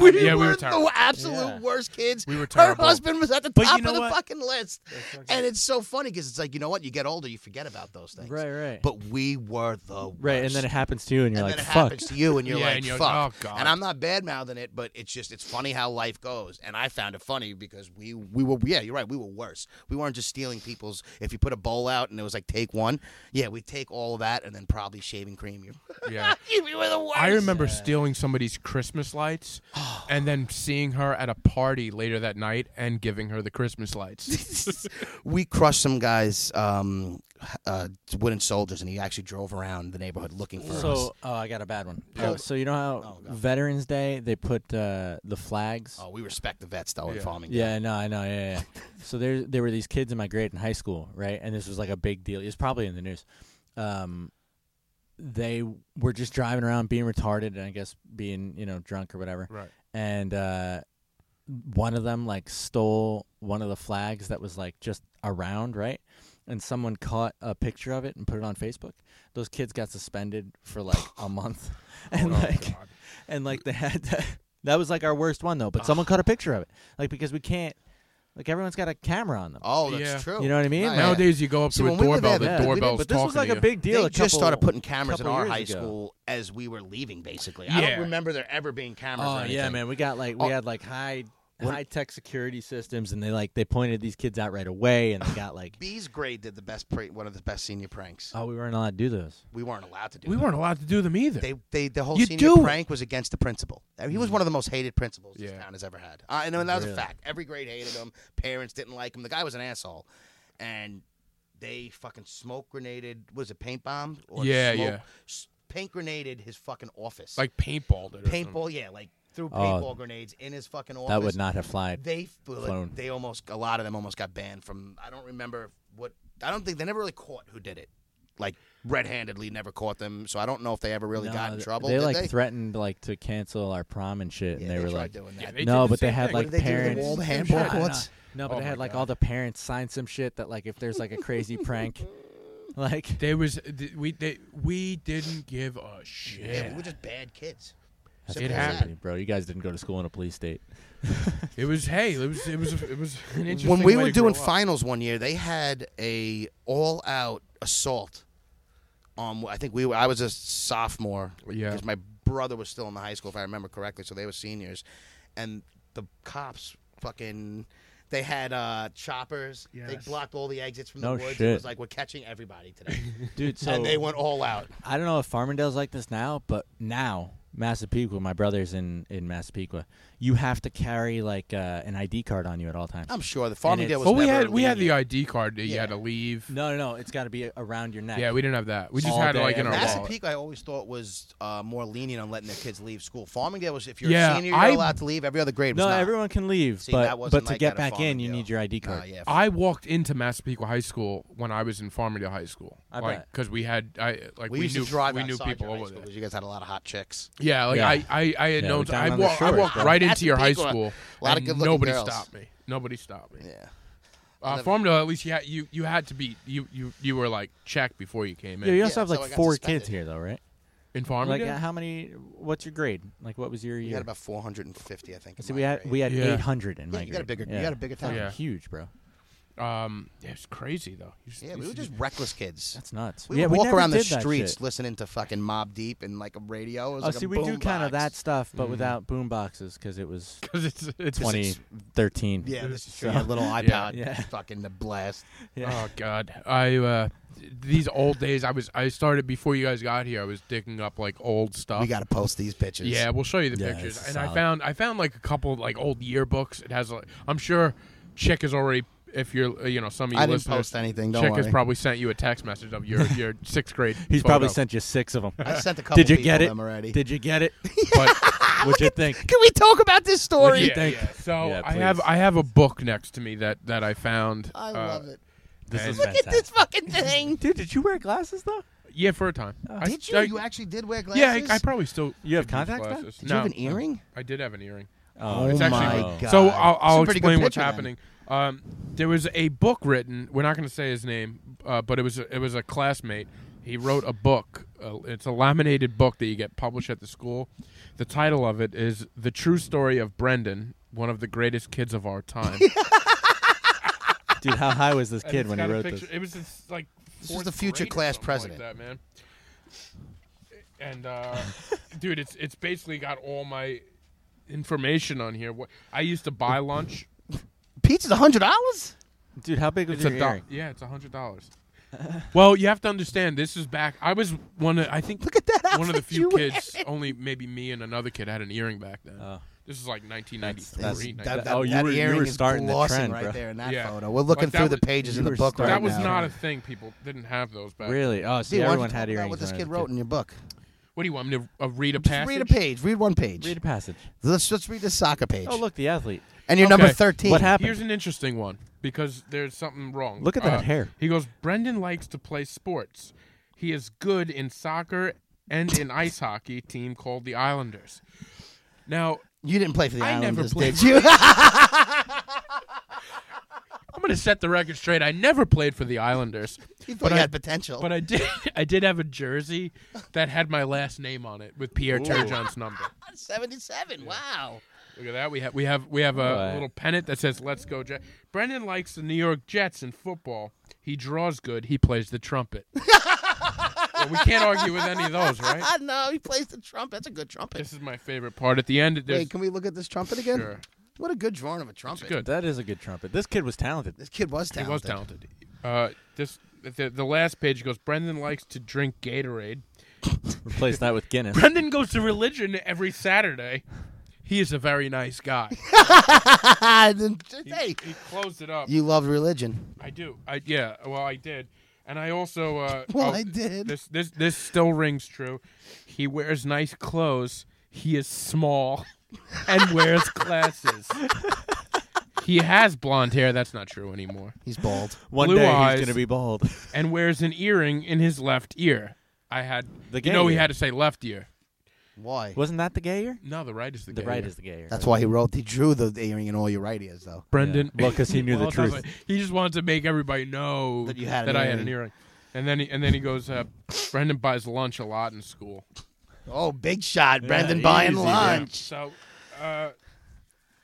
S5: we,
S2: yeah, we were terrible.
S5: the absolute
S4: Yeah.
S5: worst kids.
S2: We were
S5: Her
S2: terrible.
S5: husband was at the
S2: But
S5: top
S2: you know
S5: of the
S2: what?
S5: fucking list, and it's so funny because it's like you know what? You get older, you forget about those things.
S4: Right, right.
S5: But we were the worst
S4: right, and then it happens to you, and you're
S5: and then
S4: like,
S5: it
S4: "Fuck."
S5: happens to you, and you're
S2: Yeah,
S5: like,
S2: and you're-
S5: "Fuck."
S2: oh, God.
S5: And I'm not bad mouthing it, but it's just it's funny how life goes. And I found it funny because we we were yeah, you're right. We were worse. We weren't just stealing people's. If you put a bowl out and it was like take one, yeah, we take all of that and then probably shaving cream. You, (laughs)
S2: yeah.
S5: we were the worst.
S2: I remember stealing somebody's Christmas
S5: (gasps)
S2: lights and then seeing her at a party later that night and giving her the Christmas
S5: (laughs)
S2: lights.
S5: we crushed some guys. Um, uh, wooden soldiers, and he actually drove around the neighborhood looking for us.
S4: So, oh, I got a bad one. Oh, so you know how
S5: Oh, God.
S4: Veterans Day they put uh, the flags?
S5: Oh, we respect the vets though in
S2: Yeah.
S5: farming.
S4: Yeah, no, I know, yeah, yeah. so there, there were these kids in my grade in high school, right? And this was like a big deal. It was probably in the news. Um, they were just driving around being retarded, and I guess being you know drunk or whatever.
S2: right.
S4: And uh, one of them like stole one of the flags that was like just around, right? And someone caught a picture of it and put it on Facebook. Those kids got suspended for like
S5: (laughs)
S4: a month,
S5: Oh
S4: and like and like they had to, (laughs) that was like our worst one though. But someone caught a picture of it, like because we can't, like everyone's got a camera on them.
S5: Oh, that's
S2: Yeah.
S5: true.
S4: You know what I mean?
S5: Nah,
S4: Now
S5: yeah.
S2: Nowadays, you go up
S5: See,
S2: to a
S5: when we were
S2: doorbell,
S5: there,
S2: the
S5: yeah,
S2: doorbell's
S4: but this
S2: talking
S4: was like
S2: to
S4: a
S2: you.
S4: big deal.
S5: They
S4: a
S5: just
S4: couple-
S5: started putting cameras in
S4: couple
S5: our
S4: years
S5: high
S4: ago.
S5: school as we were leaving. Basically, I
S2: Yeah.
S5: don't remember there ever being cameras.
S4: Oh
S5: or
S4: yeah,
S5: anything.
S4: man, we got like we
S5: Oh.
S4: had like high high tech security systems, and they like they pointed these kids out right away, and they
S5: (laughs)
S4: got like,
S5: Bees Grade did the best pra- one of the best senior pranks.
S4: oh, we weren't allowed to do those.
S5: We weren't allowed to do.
S2: We
S5: that.
S2: weren't allowed to do them either.
S5: They, they, the whole
S2: You
S5: senior
S2: do it.
S5: prank was against the principal. I mean, he was one of the most hated principals this
S2: Yeah.
S5: town has ever had. Uh, and that was a
S4: Really?
S5: fact. Every grade hated him. Parents didn't like him. The guy was an asshole, and they fucking smoke grenaded. Was it paint bomb? Or
S2: Yeah,
S5: smoke,
S2: yeah.
S5: s- Paint grenaded his fucking office.
S2: like Oh. paintballed it. or something.
S5: paintball, yeah, like threw paintball grenades in his fucking office.
S4: That would not have flied.
S5: They f- like,
S4: Flown.
S5: they almost a lot of them almost got banned from. I don't remember what. I don't think they never really caught who did it. Like red-handedly, never caught them. So I don't know if they ever really
S4: No,
S5: got in
S4: th-
S5: trouble.
S4: They
S5: did
S4: like
S5: they?
S4: threatened like to cancel our prom and shit,
S5: Yeah,
S4: and they, were
S5: tried
S4: like,
S5: doing
S2: Yeah,
S5: that.
S2: they
S4: no,
S2: did the
S4: but they
S2: same
S4: had
S2: thing.
S4: like
S5: did they do to the
S4: parents. (laughs)
S5: wall, the
S4: Yeah,
S5: handball
S4: no, no.
S5: courts?
S4: No, but
S2: Oh
S4: they had
S2: my
S4: like
S2: God.
S4: all the parents sign some shit that like if there's like a
S5: (laughs)
S4: crazy prank, like
S2: There was th- we they, we didn't give a
S5: Yeah,
S2: shit.
S5: we were just bad kids.
S4: That's
S5: Simple
S2: It
S5: as that.
S2: happened.
S4: bro. You guys didn't go to school in a police state.
S2: It was hey, it was it was it
S5: (laughs)
S2: was an interesting.
S5: When we
S2: way
S5: were
S2: to grow
S5: doing
S2: up.
S5: finals one year, they had a all-out assault. Um, I think we were, I was a sophomore
S2: Yeah.
S5: because my brother was still in the high school, if I remember correctly. So they were seniors, and the cops fucking. They had uh, choppers. They
S2: Yes.
S5: blocked all the exits from the
S4: No
S5: woods. It
S4: shit.
S5: was like we're catching
S2: (laughs)
S5: everybody today,
S4: Dude, so
S5: and they went all out.
S4: I don't know if Farmingdale's like this now, but now Massapequa, my brother's in in Massapequa. You have to carry like uh, an ID card on you at all times.
S2: Oh.
S5: I'm sure the farming
S4: it's-
S5: deal was.
S2: Well, we
S5: never
S2: had we had the
S5: lenient.
S2: ID card that you had to leave.
S4: no, no, no. It's got to be around your neck.
S2: Yeah, we didn't have that. We just
S4: All
S2: had it like
S4: day.
S2: in our wallet.
S5: Massapequa, I always thought was uh, more lenient on letting their kids leave school. Farmingdale was if you're
S2: Yeah,
S5: a senior, you're
S2: I-
S5: allowed to leave. Every other grade was
S4: no,
S5: not.
S4: everyone can leave,
S5: See,
S4: but
S5: that wasn't
S4: but to
S5: like
S4: get
S5: that at
S4: back in, you
S5: Farmingdale.
S4: need your ID
S5: Nah,
S4: card.
S5: yeah, f-
S2: I walked into Massapequa High School when I was in Farmingdale High School.
S4: I
S2: like
S4: bet.
S2: because we had I like
S5: we,
S2: we,
S5: used
S2: knew
S5: to drive
S2: we knew
S5: outside your
S2: people
S5: high
S2: over
S5: school
S2: there.
S5: 'cause You guys had a lot of hot chicks.
S2: Yeah, like
S4: Yeah.
S2: I, I, I had
S4: Yeah,
S2: known.
S4: we're down
S2: I,
S4: on the
S2: walk, I
S4: shores,
S2: walked
S4: bro.
S2: right into your high
S5: Massapequa.
S2: school.
S5: A lot of
S2: and
S5: good-looking
S2: Nobody
S5: girls.
S2: stopped me. Nobody stopped me.
S5: Yeah,
S2: Uh, Farmdale, at least you had you, you had to be you, you you were like checked before you came
S4: Yeah,
S2: in.
S4: you also
S5: Yeah,
S4: have
S5: so
S4: like
S5: I got
S4: four kids
S5: suspended.
S4: here, though, right?
S2: In Farmingdale,
S4: Like, uh, how many? What's your grade? Like, what was your
S5: you
S4: year?
S5: had about 450, I think. in
S4: See,
S5: my
S4: we had
S5: grade.
S4: we had
S2: Yeah.
S4: 800 in
S5: Yeah,
S4: my
S5: you got a
S4: grade.
S5: bigger- you got a bigger
S4: Fucking
S2: town.
S4: huge, bro.
S2: um, it was crazy though. You
S5: yeah,
S2: you
S5: we were
S2: see-
S5: just reckless kids.
S4: That's nuts.
S5: We
S4: yeah,
S5: would
S4: we
S5: walk
S4: never
S5: around the
S4: did that
S5: streets
S4: shit.
S5: listening to fucking Mob Deep and like a radio. It was
S4: Oh,
S5: like a
S4: see, we do kind
S5: boombox.
S4: of that stuff,
S2: Mm-hmm.
S4: but without boom boxes because it was
S2: (laughs) 'Cause it's it's (laughs)
S4: 2013.
S5: Yeah, this is
S4: So-
S5: true. Yeah, little iPod,
S4: Yeah.
S5: fucking the blast.
S2: Oh God, I uh, these old days. I was I started before you guys got here. I was digging up like old stuff.
S5: We got to post these pictures.
S2: Yeah, we'll show you the
S4: Yeah,
S2: pictures.
S4: it's
S2: And I
S4: solid.
S2: found I found like a couple like old yearbooks. It has like I'm sure Chick has already if you're uh, you know some of you
S5: I didn't
S2: listeners,
S5: post anything. Don't
S2: Chick
S5: worry.
S2: has probably sent you a text message of your your sixth grade.
S4: He's probably
S2: photo.
S4: sent you six of them.
S5: I
S4: (laughs)
S5: sent a couple.
S4: Did you
S5: people
S4: get it?
S5: them already?
S4: Did you get it?
S2: But,
S4: What'd you think?
S5: Can we talk about this story?
S4: you
S2: yeah,
S4: think?
S2: yeah. So
S4: Yeah,
S2: I have
S4: please.
S2: I have a book next to me that that I found.
S6: I
S2: uh,
S6: love it.
S4: This is
S2: Look
S6: Get this
S4: fantastic.
S6: fucking thing.
S4: Dude, did you wear glasses though?
S2: Yeah, for a time. I-
S5: Did you?
S2: I-
S5: you actually did wear glasses?
S2: yeah, I, I probably still.
S4: You have
S2: could use
S4: contacts back?
S2: glasses.
S5: Did you have
S2: No,
S5: an earring?
S2: I did have an earring.
S4: Oh,
S2: It's actually
S5: my
S2: like-
S5: God.
S2: so. I'll, I'll
S5: It's a pretty good
S2: explain what's
S5: picture, then.
S2: happening. Um, there was a book written. We're not going to say his name, uh, but it was a, it was a classmate. He wrote a book. Uh, it's a laminated book that you get published at the school. The title of it is "The True Story of Brendan, one of the greatest kids of
S5: (laughs)
S2: our time."
S4: Dude, how high was this
S2: (laughs) And
S4: kid
S2: it's
S4: when he
S2: got a
S4: wrote
S2: picture-
S4: this?
S2: It was just like
S5: This is
S2: fourth
S5: the future
S2: grade or
S5: class
S2: something
S5: president.
S2: like that man. And
S5: (laughs)
S2: uh, dude, it's it's basically got all my information on here. What I used to buy lunch.
S5: Pizza's a hundred dollars.
S4: Dude, how big was
S2: It's
S4: your
S2: a do-
S4: earring?
S2: yeah, it's a hundred
S4: (laughs)
S2: dollars. well, you have to understand. This is back. I was one. Of, I think look at that. One of the few kids. Only maybe me and another kid had an earring back then.
S4: Oh.
S2: This is like 1993.
S4: That's-
S5: That, that,
S4: Oh, you
S5: that
S4: were- you
S5: earring
S4: were
S5: is
S4: starting the
S5: glossing
S4: trend,
S5: right
S4: bro.
S5: there in that
S2: Yeah.
S5: photo. We're looking
S2: Like, that
S5: through the
S2: was-
S5: pages
S4: you
S5: in the
S4: were
S5: book
S4: starting
S5: right
S2: that was
S5: now.
S2: not a thing. People didn't have those back. then.
S4: Really? Oh, see,
S5: Dude, why don't
S4: everyone
S5: you talk
S4: had
S5: about
S4: earrings.
S5: What this
S4: when I
S5: kid
S4: was a
S5: wrote in your book?
S2: What do you want me to uh, read a
S5: Just
S2: passage?
S5: read a page. Read one page.
S4: Read a passage.
S5: Let's let's read the soccer page.
S4: Oh, look, the athlete.
S5: And you're number
S2: Okay.
S5: thirteen.
S4: What happened?
S2: Here's an interesting one because there's something wrong. Uh,
S4: Look at that hair.
S2: He goes, Brendan likes to play sports. He is good in soccer and in ice hockey team called the Islanders. Now,
S5: You didn't play for the
S2: I never
S5: Islanders,
S2: played
S5: did you?
S2: I'm going to set the record straight. I never played for the Islanders,
S5: you thought
S2: But
S5: you
S2: I-
S5: had potential.
S2: but I did (laughs) I did have a jersey that had my last name on it with Pierre Turgeon's number.
S6: 77. Wow.
S2: Look at that. We have we have we have a
S4: Right.
S2: little pennant that says "Let's Go Jets." Brendan likes the New York Jets in football. He draws good. He plays the trumpet. Well, we can't argue with any of those, right?
S6: I know. He plays the trumpet. That's a good trumpet.
S2: This is my favorite part. At the end, there's
S5: Wait, can we look at this trumpet again?
S2: sure.
S5: What a good drawing of a trumpet.
S2: good.
S4: That is a good trumpet. This kid
S5: (laughs)
S4: was talented.
S5: This kid was
S2: He
S5: talented.
S2: was talented. Uh, this the, the last page goes. Brendan likes to drink Gatorade.
S4: Replace that with Guinness.
S2: Brendan goes to religion every Saturday. He is a very nice
S5: (laughs)
S2: guy.
S5: And then- hey,
S2: He closed it up.
S5: you love religion.
S2: I do. I yeah. Well, I did, and I also. Uh,
S5: (laughs) Well,
S2: oh,
S5: I did.
S2: This this this still rings true. He wears nice clothes. He is
S5: (laughs)
S2: small, and wears glasses. He has blonde hair. That's not true anymore.
S5: He's bald.
S4: One
S2: Blue
S4: day
S2: eyes.
S4: he's gonna be bald.
S2: and wears an earring in his left ear. I had
S4: The
S2: you
S4: gay
S2: know he
S4: ear.
S2: had to say left ear.
S5: Why?
S4: Wasn't that the gay year?
S2: No, the right is the,
S4: The
S2: gay
S4: right
S2: ear.
S4: is the gay year.
S5: That's why he wrote. He drew the earring in all your right ears, though.
S2: Brendan.
S4: Yeah. Well, 'cause
S2: (laughs)
S4: he knew the
S2: Well, it sounds
S4: truth.
S2: like- he just wanted to make everybody know
S5: That you had an
S2: I had an
S5: earring.
S2: earring. And then he, and then he goes. Uh, Brendan buys lunch a lot in school.
S5: Oh, big shot, Brendan
S4: easy,
S5: buying
S4: yeah.
S5: lunch.
S2: So, uh,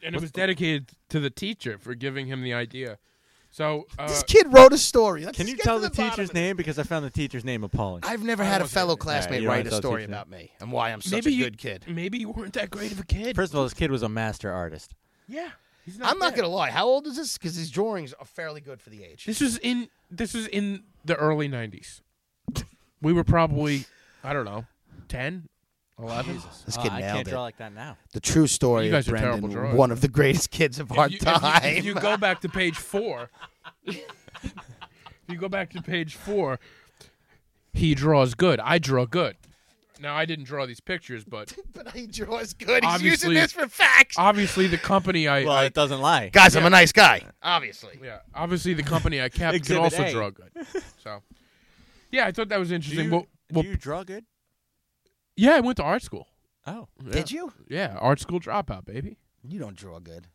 S2: and it was dedicated to the teacher for giving him the idea. So uh,
S5: This kid wrote a story. Let's
S4: Can you
S5: get
S4: tell
S5: to
S4: the,
S5: bottom
S4: teacher's
S5: of it.
S4: name? Because I found the teacher's name appalling.
S5: I've never had a
S2: wasn't-
S5: fellow
S2: Alright,
S5: classmate
S4: you don't
S5: write a
S4: tell the
S5: story
S4: teacher.
S5: about me and why I'm such
S2: maybe
S5: a
S2: you-
S5: good kid.
S2: Maybe you weren't that great of a kid.
S4: First of all, this kid was a master artist.
S2: yeah, he's not
S5: I'm not
S2: bad.
S5: gonna lie. How old is this? Because his drawings are fairly good for the age.
S2: This was in this was in the early '90s. We were probably, I don't know, 10, 11.
S5: This
S4: Oh,
S5: kid
S4: I
S5: nailed
S4: can't
S5: it.
S4: draw like that now.
S5: The true story
S2: You guys
S5: of
S2: are terrible
S5: Brendan,
S2: drawers.
S5: one of the greatest kids of our
S2: you, if you-
S5: time.
S2: If
S5: (laughs)
S2: you, go back to
S4: (laughs)
S2: page four, if you go back to page four, he draws good. I draw good. Now I didn't draw these pictures, but
S5: but he draws good. He's using
S2: Obviously-
S5: this for facts.
S2: obviously the company I,
S4: Well,
S2: I-
S4: it doesn't lie.
S5: Guys, I'm a nice guy. Obviously.
S2: yeah, obviously the company I kept could
S4: Exhibit
S2: also
S4: A.
S2: draw good. So, yeah, I thought that was
S4: Do
S2: interesting.
S4: you,
S2: well, well,
S4: do you draw good?
S2: yeah, I went to art school.
S4: Oh,
S5: Did you?
S2: Yeah, art school dropout, baby.
S5: You don't draw good.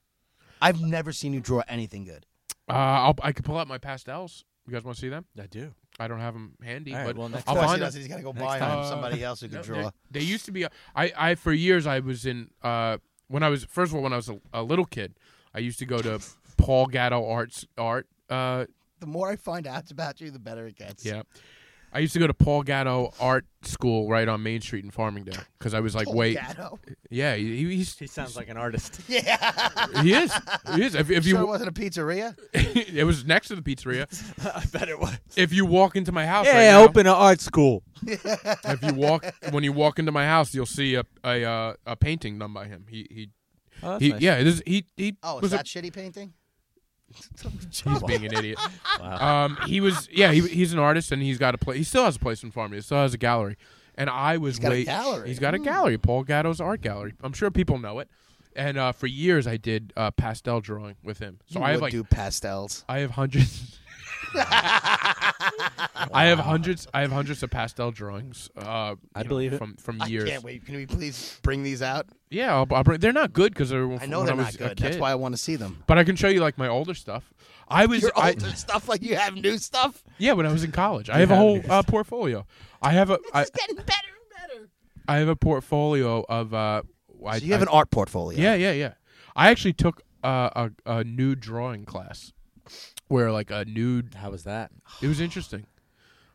S5: I've never seen you draw anything good.
S2: Uh, I'll, I could pull out my pastels. You guys want to see them?
S4: I do.
S2: I don't have them handy,
S4: All right,
S2: but
S4: well, next
S2: I'll
S5: Of course
S2: find
S5: he
S2: them.
S5: doesn't. He's got to go
S4: Next
S5: buy
S2: time.
S5: him somebody else who can
S2: No,
S5: draw.
S2: They, they used to be. I, I for years I was in. Uh, when I was first of all when I was a, a little kid, I used to go to Paul Gatto Arts Art. Uh,
S5: The more I find out about you, the better it gets.
S2: yeah, I used to go to Paul Gatto Art School right on Main Street in Farmingdale because I was like,
S5: Paul
S2: wait,
S5: Oh, Gatto.
S2: yeah, he, he- he's
S4: He sounds like an artist.
S5: Yeah.
S2: he is he is. If, if
S5: sure it
S2: you
S5: wasn't a pizzeria?
S2: (laughs) it was next to the pizzeria.
S4: (laughs) I bet
S2: (laughs)
S4: it was.
S2: If you walk into my house,
S4: Yeah,
S2: right now-
S4: open an art school.
S2: if you walk when you walk into my house, you'll see a a, uh, a painting done by him. He he,
S4: Oh, that's
S2: he
S4: nice.
S2: yeah. This, he he
S5: Oh, it's
S2: was a-
S5: that shitty painting?
S4: (laughs)
S2: he's being an idiot. Um, he was yeah. He, he's an artist and he's got a place. He still has a place in Farmingdale. He still has a gallery. And I was
S5: got a
S2: way-
S5: gallery. Hmm.
S2: He's got a gallery. Paul Gatto's art gallery. I'm sure people know it. And uh, for years, I did uh, pastel drawing with him. So
S5: you
S2: I have
S5: would
S2: like
S5: do pastels.
S2: I have hundreds. (laughs) I have hundreds. I have hundreds of pastel drawings. Uh,
S4: I
S2: you know,
S4: believe it.
S2: from from
S5: I
S2: years.
S5: can't wait. Can we please bring these out?
S2: Yeah, I'll, I'll bring, they're not good because they were.
S5: I know
S2: when
S5: they're
S2: was
S5: not
S2: a
S5: good. That's
S2: kid.
S5: why I want to see them.
S2: But I can show you like my older stuff. I was
S5: Your
S2: I,
S5: older stuff, like you have new stuff.
S2: yeah when I was in college. I have a whole uh, portfolio. I have a (laughs) I,
S6: It's getting better and better.
S2: I have a portfolio of uh. I,
S5: So you have
S2: I-
S5: an art portfolio.
S2: yeah yeah yeah. I actually took uh, a a nude drawing class, where like a nude
S4: How
S2: (laughs)
S4: was that?
S2: it was interesting.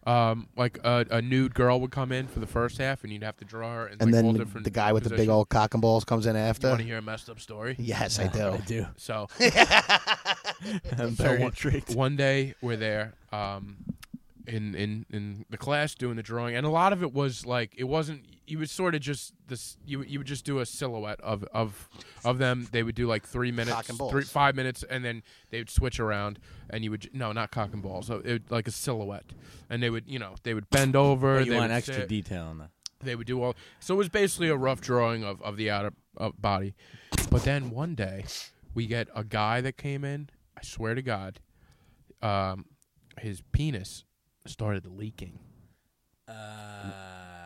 S2: Um, like a, a nude girl would come in for the first half, and you'd have to draw her, and,
S5: And
S2: like, all
S5: then the-
S2: different
S5: the guy with the big
S2: positions.
S5: old uh, cock and balls comes in
S2: You
S5: after.
S2: want to hear a messed up story?
S5: (laughs)
S2: (laughs)
S5: Yes, I do.
S4: I do.
S2: So
S4: I'm
S2: Oh. So
S4: very
S2: one-
S4: intrigued.
S2: One day we're there, um, in in in the class doing the drawing, and a lot of it was like it wasn't. You would sort of just this. You would- you would just do a silhouette of of of them. They would do like three minutes,
S5: Cock and balls.
S2: three five minutes, and then they would switch around, and you would j- no, not cock and balls. So it would, like a silhouette, and they would you know they would bend over.
S4: You
S2: they
S4: want
S2: would
S4: extra
S2: sit,
S4: detail on that?
S2: They would do all. So it was basically a rough drawing of of the outer uh, body, but then one day we get a guy that came in. I swear to God um, his penis started leaking.
S4: Uh,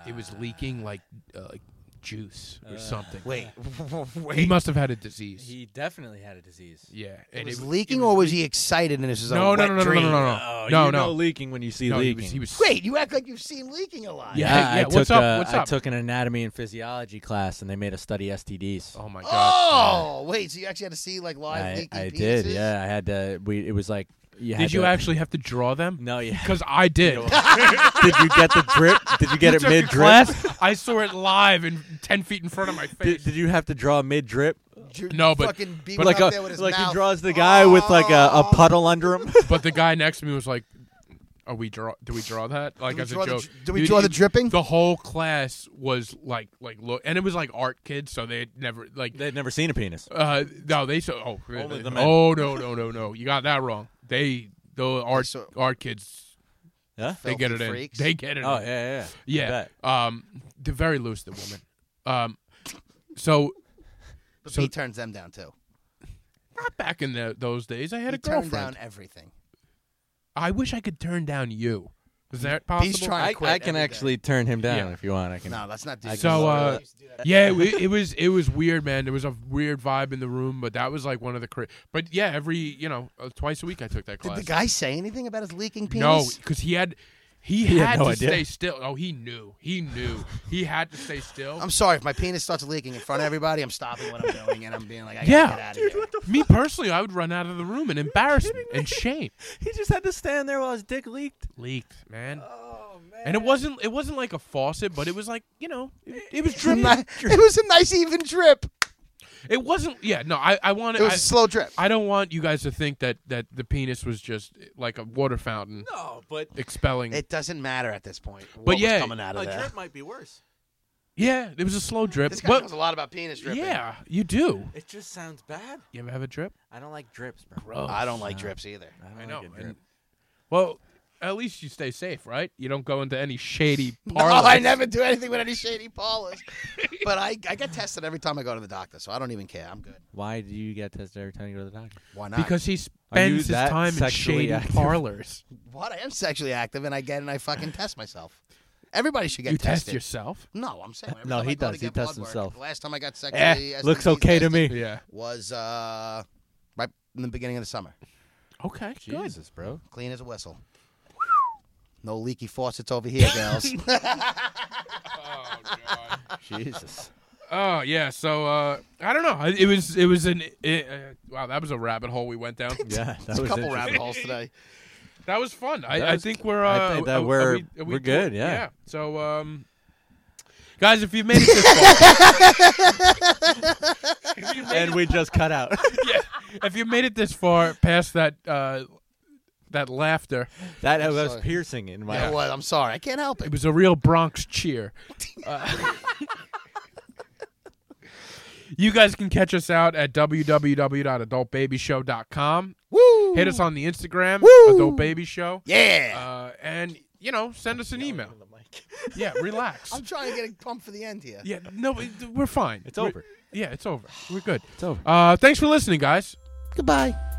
S2: It was leaking like uh, like juice or something.
S5: Ah. Wait, (laughs)
S2: he must have had a disease.
S4: He definitely had a disease.
S2: yeah,
S5: it
S2: and
S5: was
S2: it-
S5: leaking, or was he excited and this was
S2: no,
S5: a
S2: no,
S5: wet
S2: no, no, no, no,
S5: dream?
S2: no, no,
S4: Oh,
S2: no,
S4: you know
S2: no.
S4: leaking when you see
S2: No, he
S4: leaking.
S2: was. He was
S5: Wait, you act like you've seen leaking a lot.
S2: Yeah,
S4: I,
S2: yeah.
S4: I
S2: What's
S4: took,
S2: up?
S4: uh,
S2: What's
S4: I
S2: up?
S4: took an anatomy and physiology class, and they made us study STDs.
S2: Oh my god.
S5: Oh, wait. So you actually had to see like live
S4: I,
S5: leaking
S4: I
S5: penises?
S4: did. Yeah, I had to. We. It was like. You had
S2: Did you
S4: to-
S2: actually have to draw them?
S4: No. Yeah.
S2: Because I
S5: (laughs)
S2: did.
S4: did you get the drip? Did you get it
S2: Took
S4: mid
S2: the
S4: drip? (laughs)
S2: class. I saw it live in ten feet in front of my
S4: Did,
S2: face.
S4: did you have to draw mid drip?
S6: dr-
S2: (laughs) No, but- uh,
S6: fucking beating
S4: like
S6: up
S4: a,
S6: there with his
S4: like
S6: mouth.
S4: he draws the guy with like a, a puddle under him.
S2: but the guy next to me was like, "Are we draw? Do we draw that? Like
S6: we
S2: as
S6: draw
S2: a
S6: the
S2: joke?
S6: dr- do we
S2: Dude,
S6: draw the
S2: it-
S6: dripping?
S2: The whole class was like, like look, and it was like art kids, so they never like.
S4: They'd never seen a penis.
S2: uh, no, they so oh,
S4: Only the men.
S2: oh no no no no, you got that wrong. They the art
S5: saw-
S2: art kids,
S4: Yeah.
S2: they get it
S5: Filthy
S2: in.
S5: freaks.
S2: They get it.
S4: Oh yeah,
S2: in.
S4: yeah. yeah. I
S2: Yeah.
S4: bet.
S2: Um, they're very loose. The woman. Um, so
S5: But
S2: So-
S5: he turns them down too.
S2: not back in the, those days. I had
S5: He
S2: a
S5: turned
S2: girlfriend.
S5: down everything.
S2: I wish I could turn down you. Is that possible?
S5: He's trying
S4: I,
S5: to quit.
S4: I can
S5: every day.
S4: actually turn him down
S2: Yeah.
S4: if you want. I can.
S5: No, that's not.
S4: I
S5: decent.
S2: So uh,
S4: Love
S2: yeah, it, it was it was weird, man. There was a weird vibe in the room, but that was like one of the. Cra- but yeah, every you know uh, twice a week I took that
S5: did
S2: class.
S5: the guy say anything about his leaking
S2: no,
S5: penis?
S2: because he had he,
S4: had
S2: had,
S4: no
S2: to
S4: idea.
S2: stay still. Oh, he knew. He knew. he had to stay still.
S5: I'm (laughs) sorry if my penis starts leaking in front of everybody. I'm stopping what I'm doing and I'm being like, I gotta
S2: Yeah.
S5: get out of here.
S2: Me personally, I would run out of the room in embarrassment and shame.
S4: He just had to stand there while his dick leaked.
S2: Leaked, man.
S5: Uh,
S2: Oh man. And it wasn't it wasn't like a faucet, but it was like you know it, it
S5: (laughs)
S2: was
S5: (laughs) It was a
S2: dripping.
S5: ni- it was a nice even drip.
S2: it wasn't. Yeah, no, I I wanted.
S5: It was
S2: I-
S5: a slow drip.
S2: I don't want you guys to think that that the penis was just like a water fountain
S4: No, but
S2: expelling.
S5: It doesn't matter at this point. What
S2: But
S5: was
S2: yeah,
S5: coming out of there.
S4: might be worse.
S2: yeah, it was a slow drip.
S5: This guy
S2: But-
S5: knows a lot about penis dripping.
S2: yeah, you do.
S4: It just sounds bad.
S2: You ever have a drip?
S4: I don't like drips, bro.
S5: I don't
S2: Oh,
S5: like drips either.
S4: don't
S2: I know.
S4: Like a
S2: and-
S4: drip.
S2: well, at least you stay safe, right? You don't go into any
S5: (laughs)
S2: shady
S5: Oh,
S2: parlor.
S5: I never do anything with any shady parlors. but I, I get tested every time I go to the doctor, so I don't even care. I'm good.
S4: Why do you get tested every time you go to the doctor?
S5: Why not?
S2: Because he
S4: Are you
S2: spends his
S4: that
S2: time in
S4: sexually
S2: shady
S4: active?
S2: parlors.
S5: what I am sexually active, and I get and I fucking test myself. Everybody should (laughs) get
S2: you test
S5: tested. (laughs)
S2: yourself.
S5: No, I'm saying. every
S4: No,
S5: time
S4: he
S5: I go to
S4: does. He
S5: get
S4: tests
S5: blood work,
S4: himself.
S5: the Last time I got sexually,
S4: Eh,
S5: STD
S4: looks okay to
S5: tested
S4: me.
S2: Yeah.
S5: Was uh, right in the beginning of the summer.
S2: Okay. Good.
S4: Jesus, bro.
S5: Clean as a whistle. No leaky faucets over here,
S4: (laughs)
S5: girls.
S4: Jesus.
S2: Oh yeah. So uh, I don't know. It was it was an it, uh, wow. That was a rabbit hole we went
S5: (laughs)
S2: down.
S4: Yeah, that was
S5: There's a couple
S4: interesting.
S5: rabbit holes today.
S2: That was fun. I,
S4: That
S2: I
S4: was-
S2: think we're.
S4: I
S2: Uh,
S4: think that
S2: are- are
S4: we're-
S2: we- are we
S4: we're good,
S2: doing-
S4: yeah.
S2: So, um, guys, if you've made it this far,
S4: And we just cut out. (laughs)
S2: yeah, if you made it this far past that uh, that laughter,
S4: that was
S5: sorry.
S4: piercing in my.
S5: You know what? I'm sorry. I can't help
S2: it
S5: it.
S2: was a real Bronx cheer. Uh, (laughs) you guys can catch us out at www.adultbabyshow.com.
S5: Woo!
S2: Hit us on the Instagram,
S5: Woo!
S2: Adult Baby Show,
S5: Yeah.
S2: uh, and you know, send us an email. (laughs) Yeah, relax.
S4: (laughs) Uh,
S5: I'm trying to get a pump for the end here.
S2: Yeah, no, it- we're fine.
S4: It's
S2: We're-
S4: over.
S2: Yeah, it's over. We're good.
S4: It's over.
S2: Uh, thanks for listening, guys.
S5: Goodbye.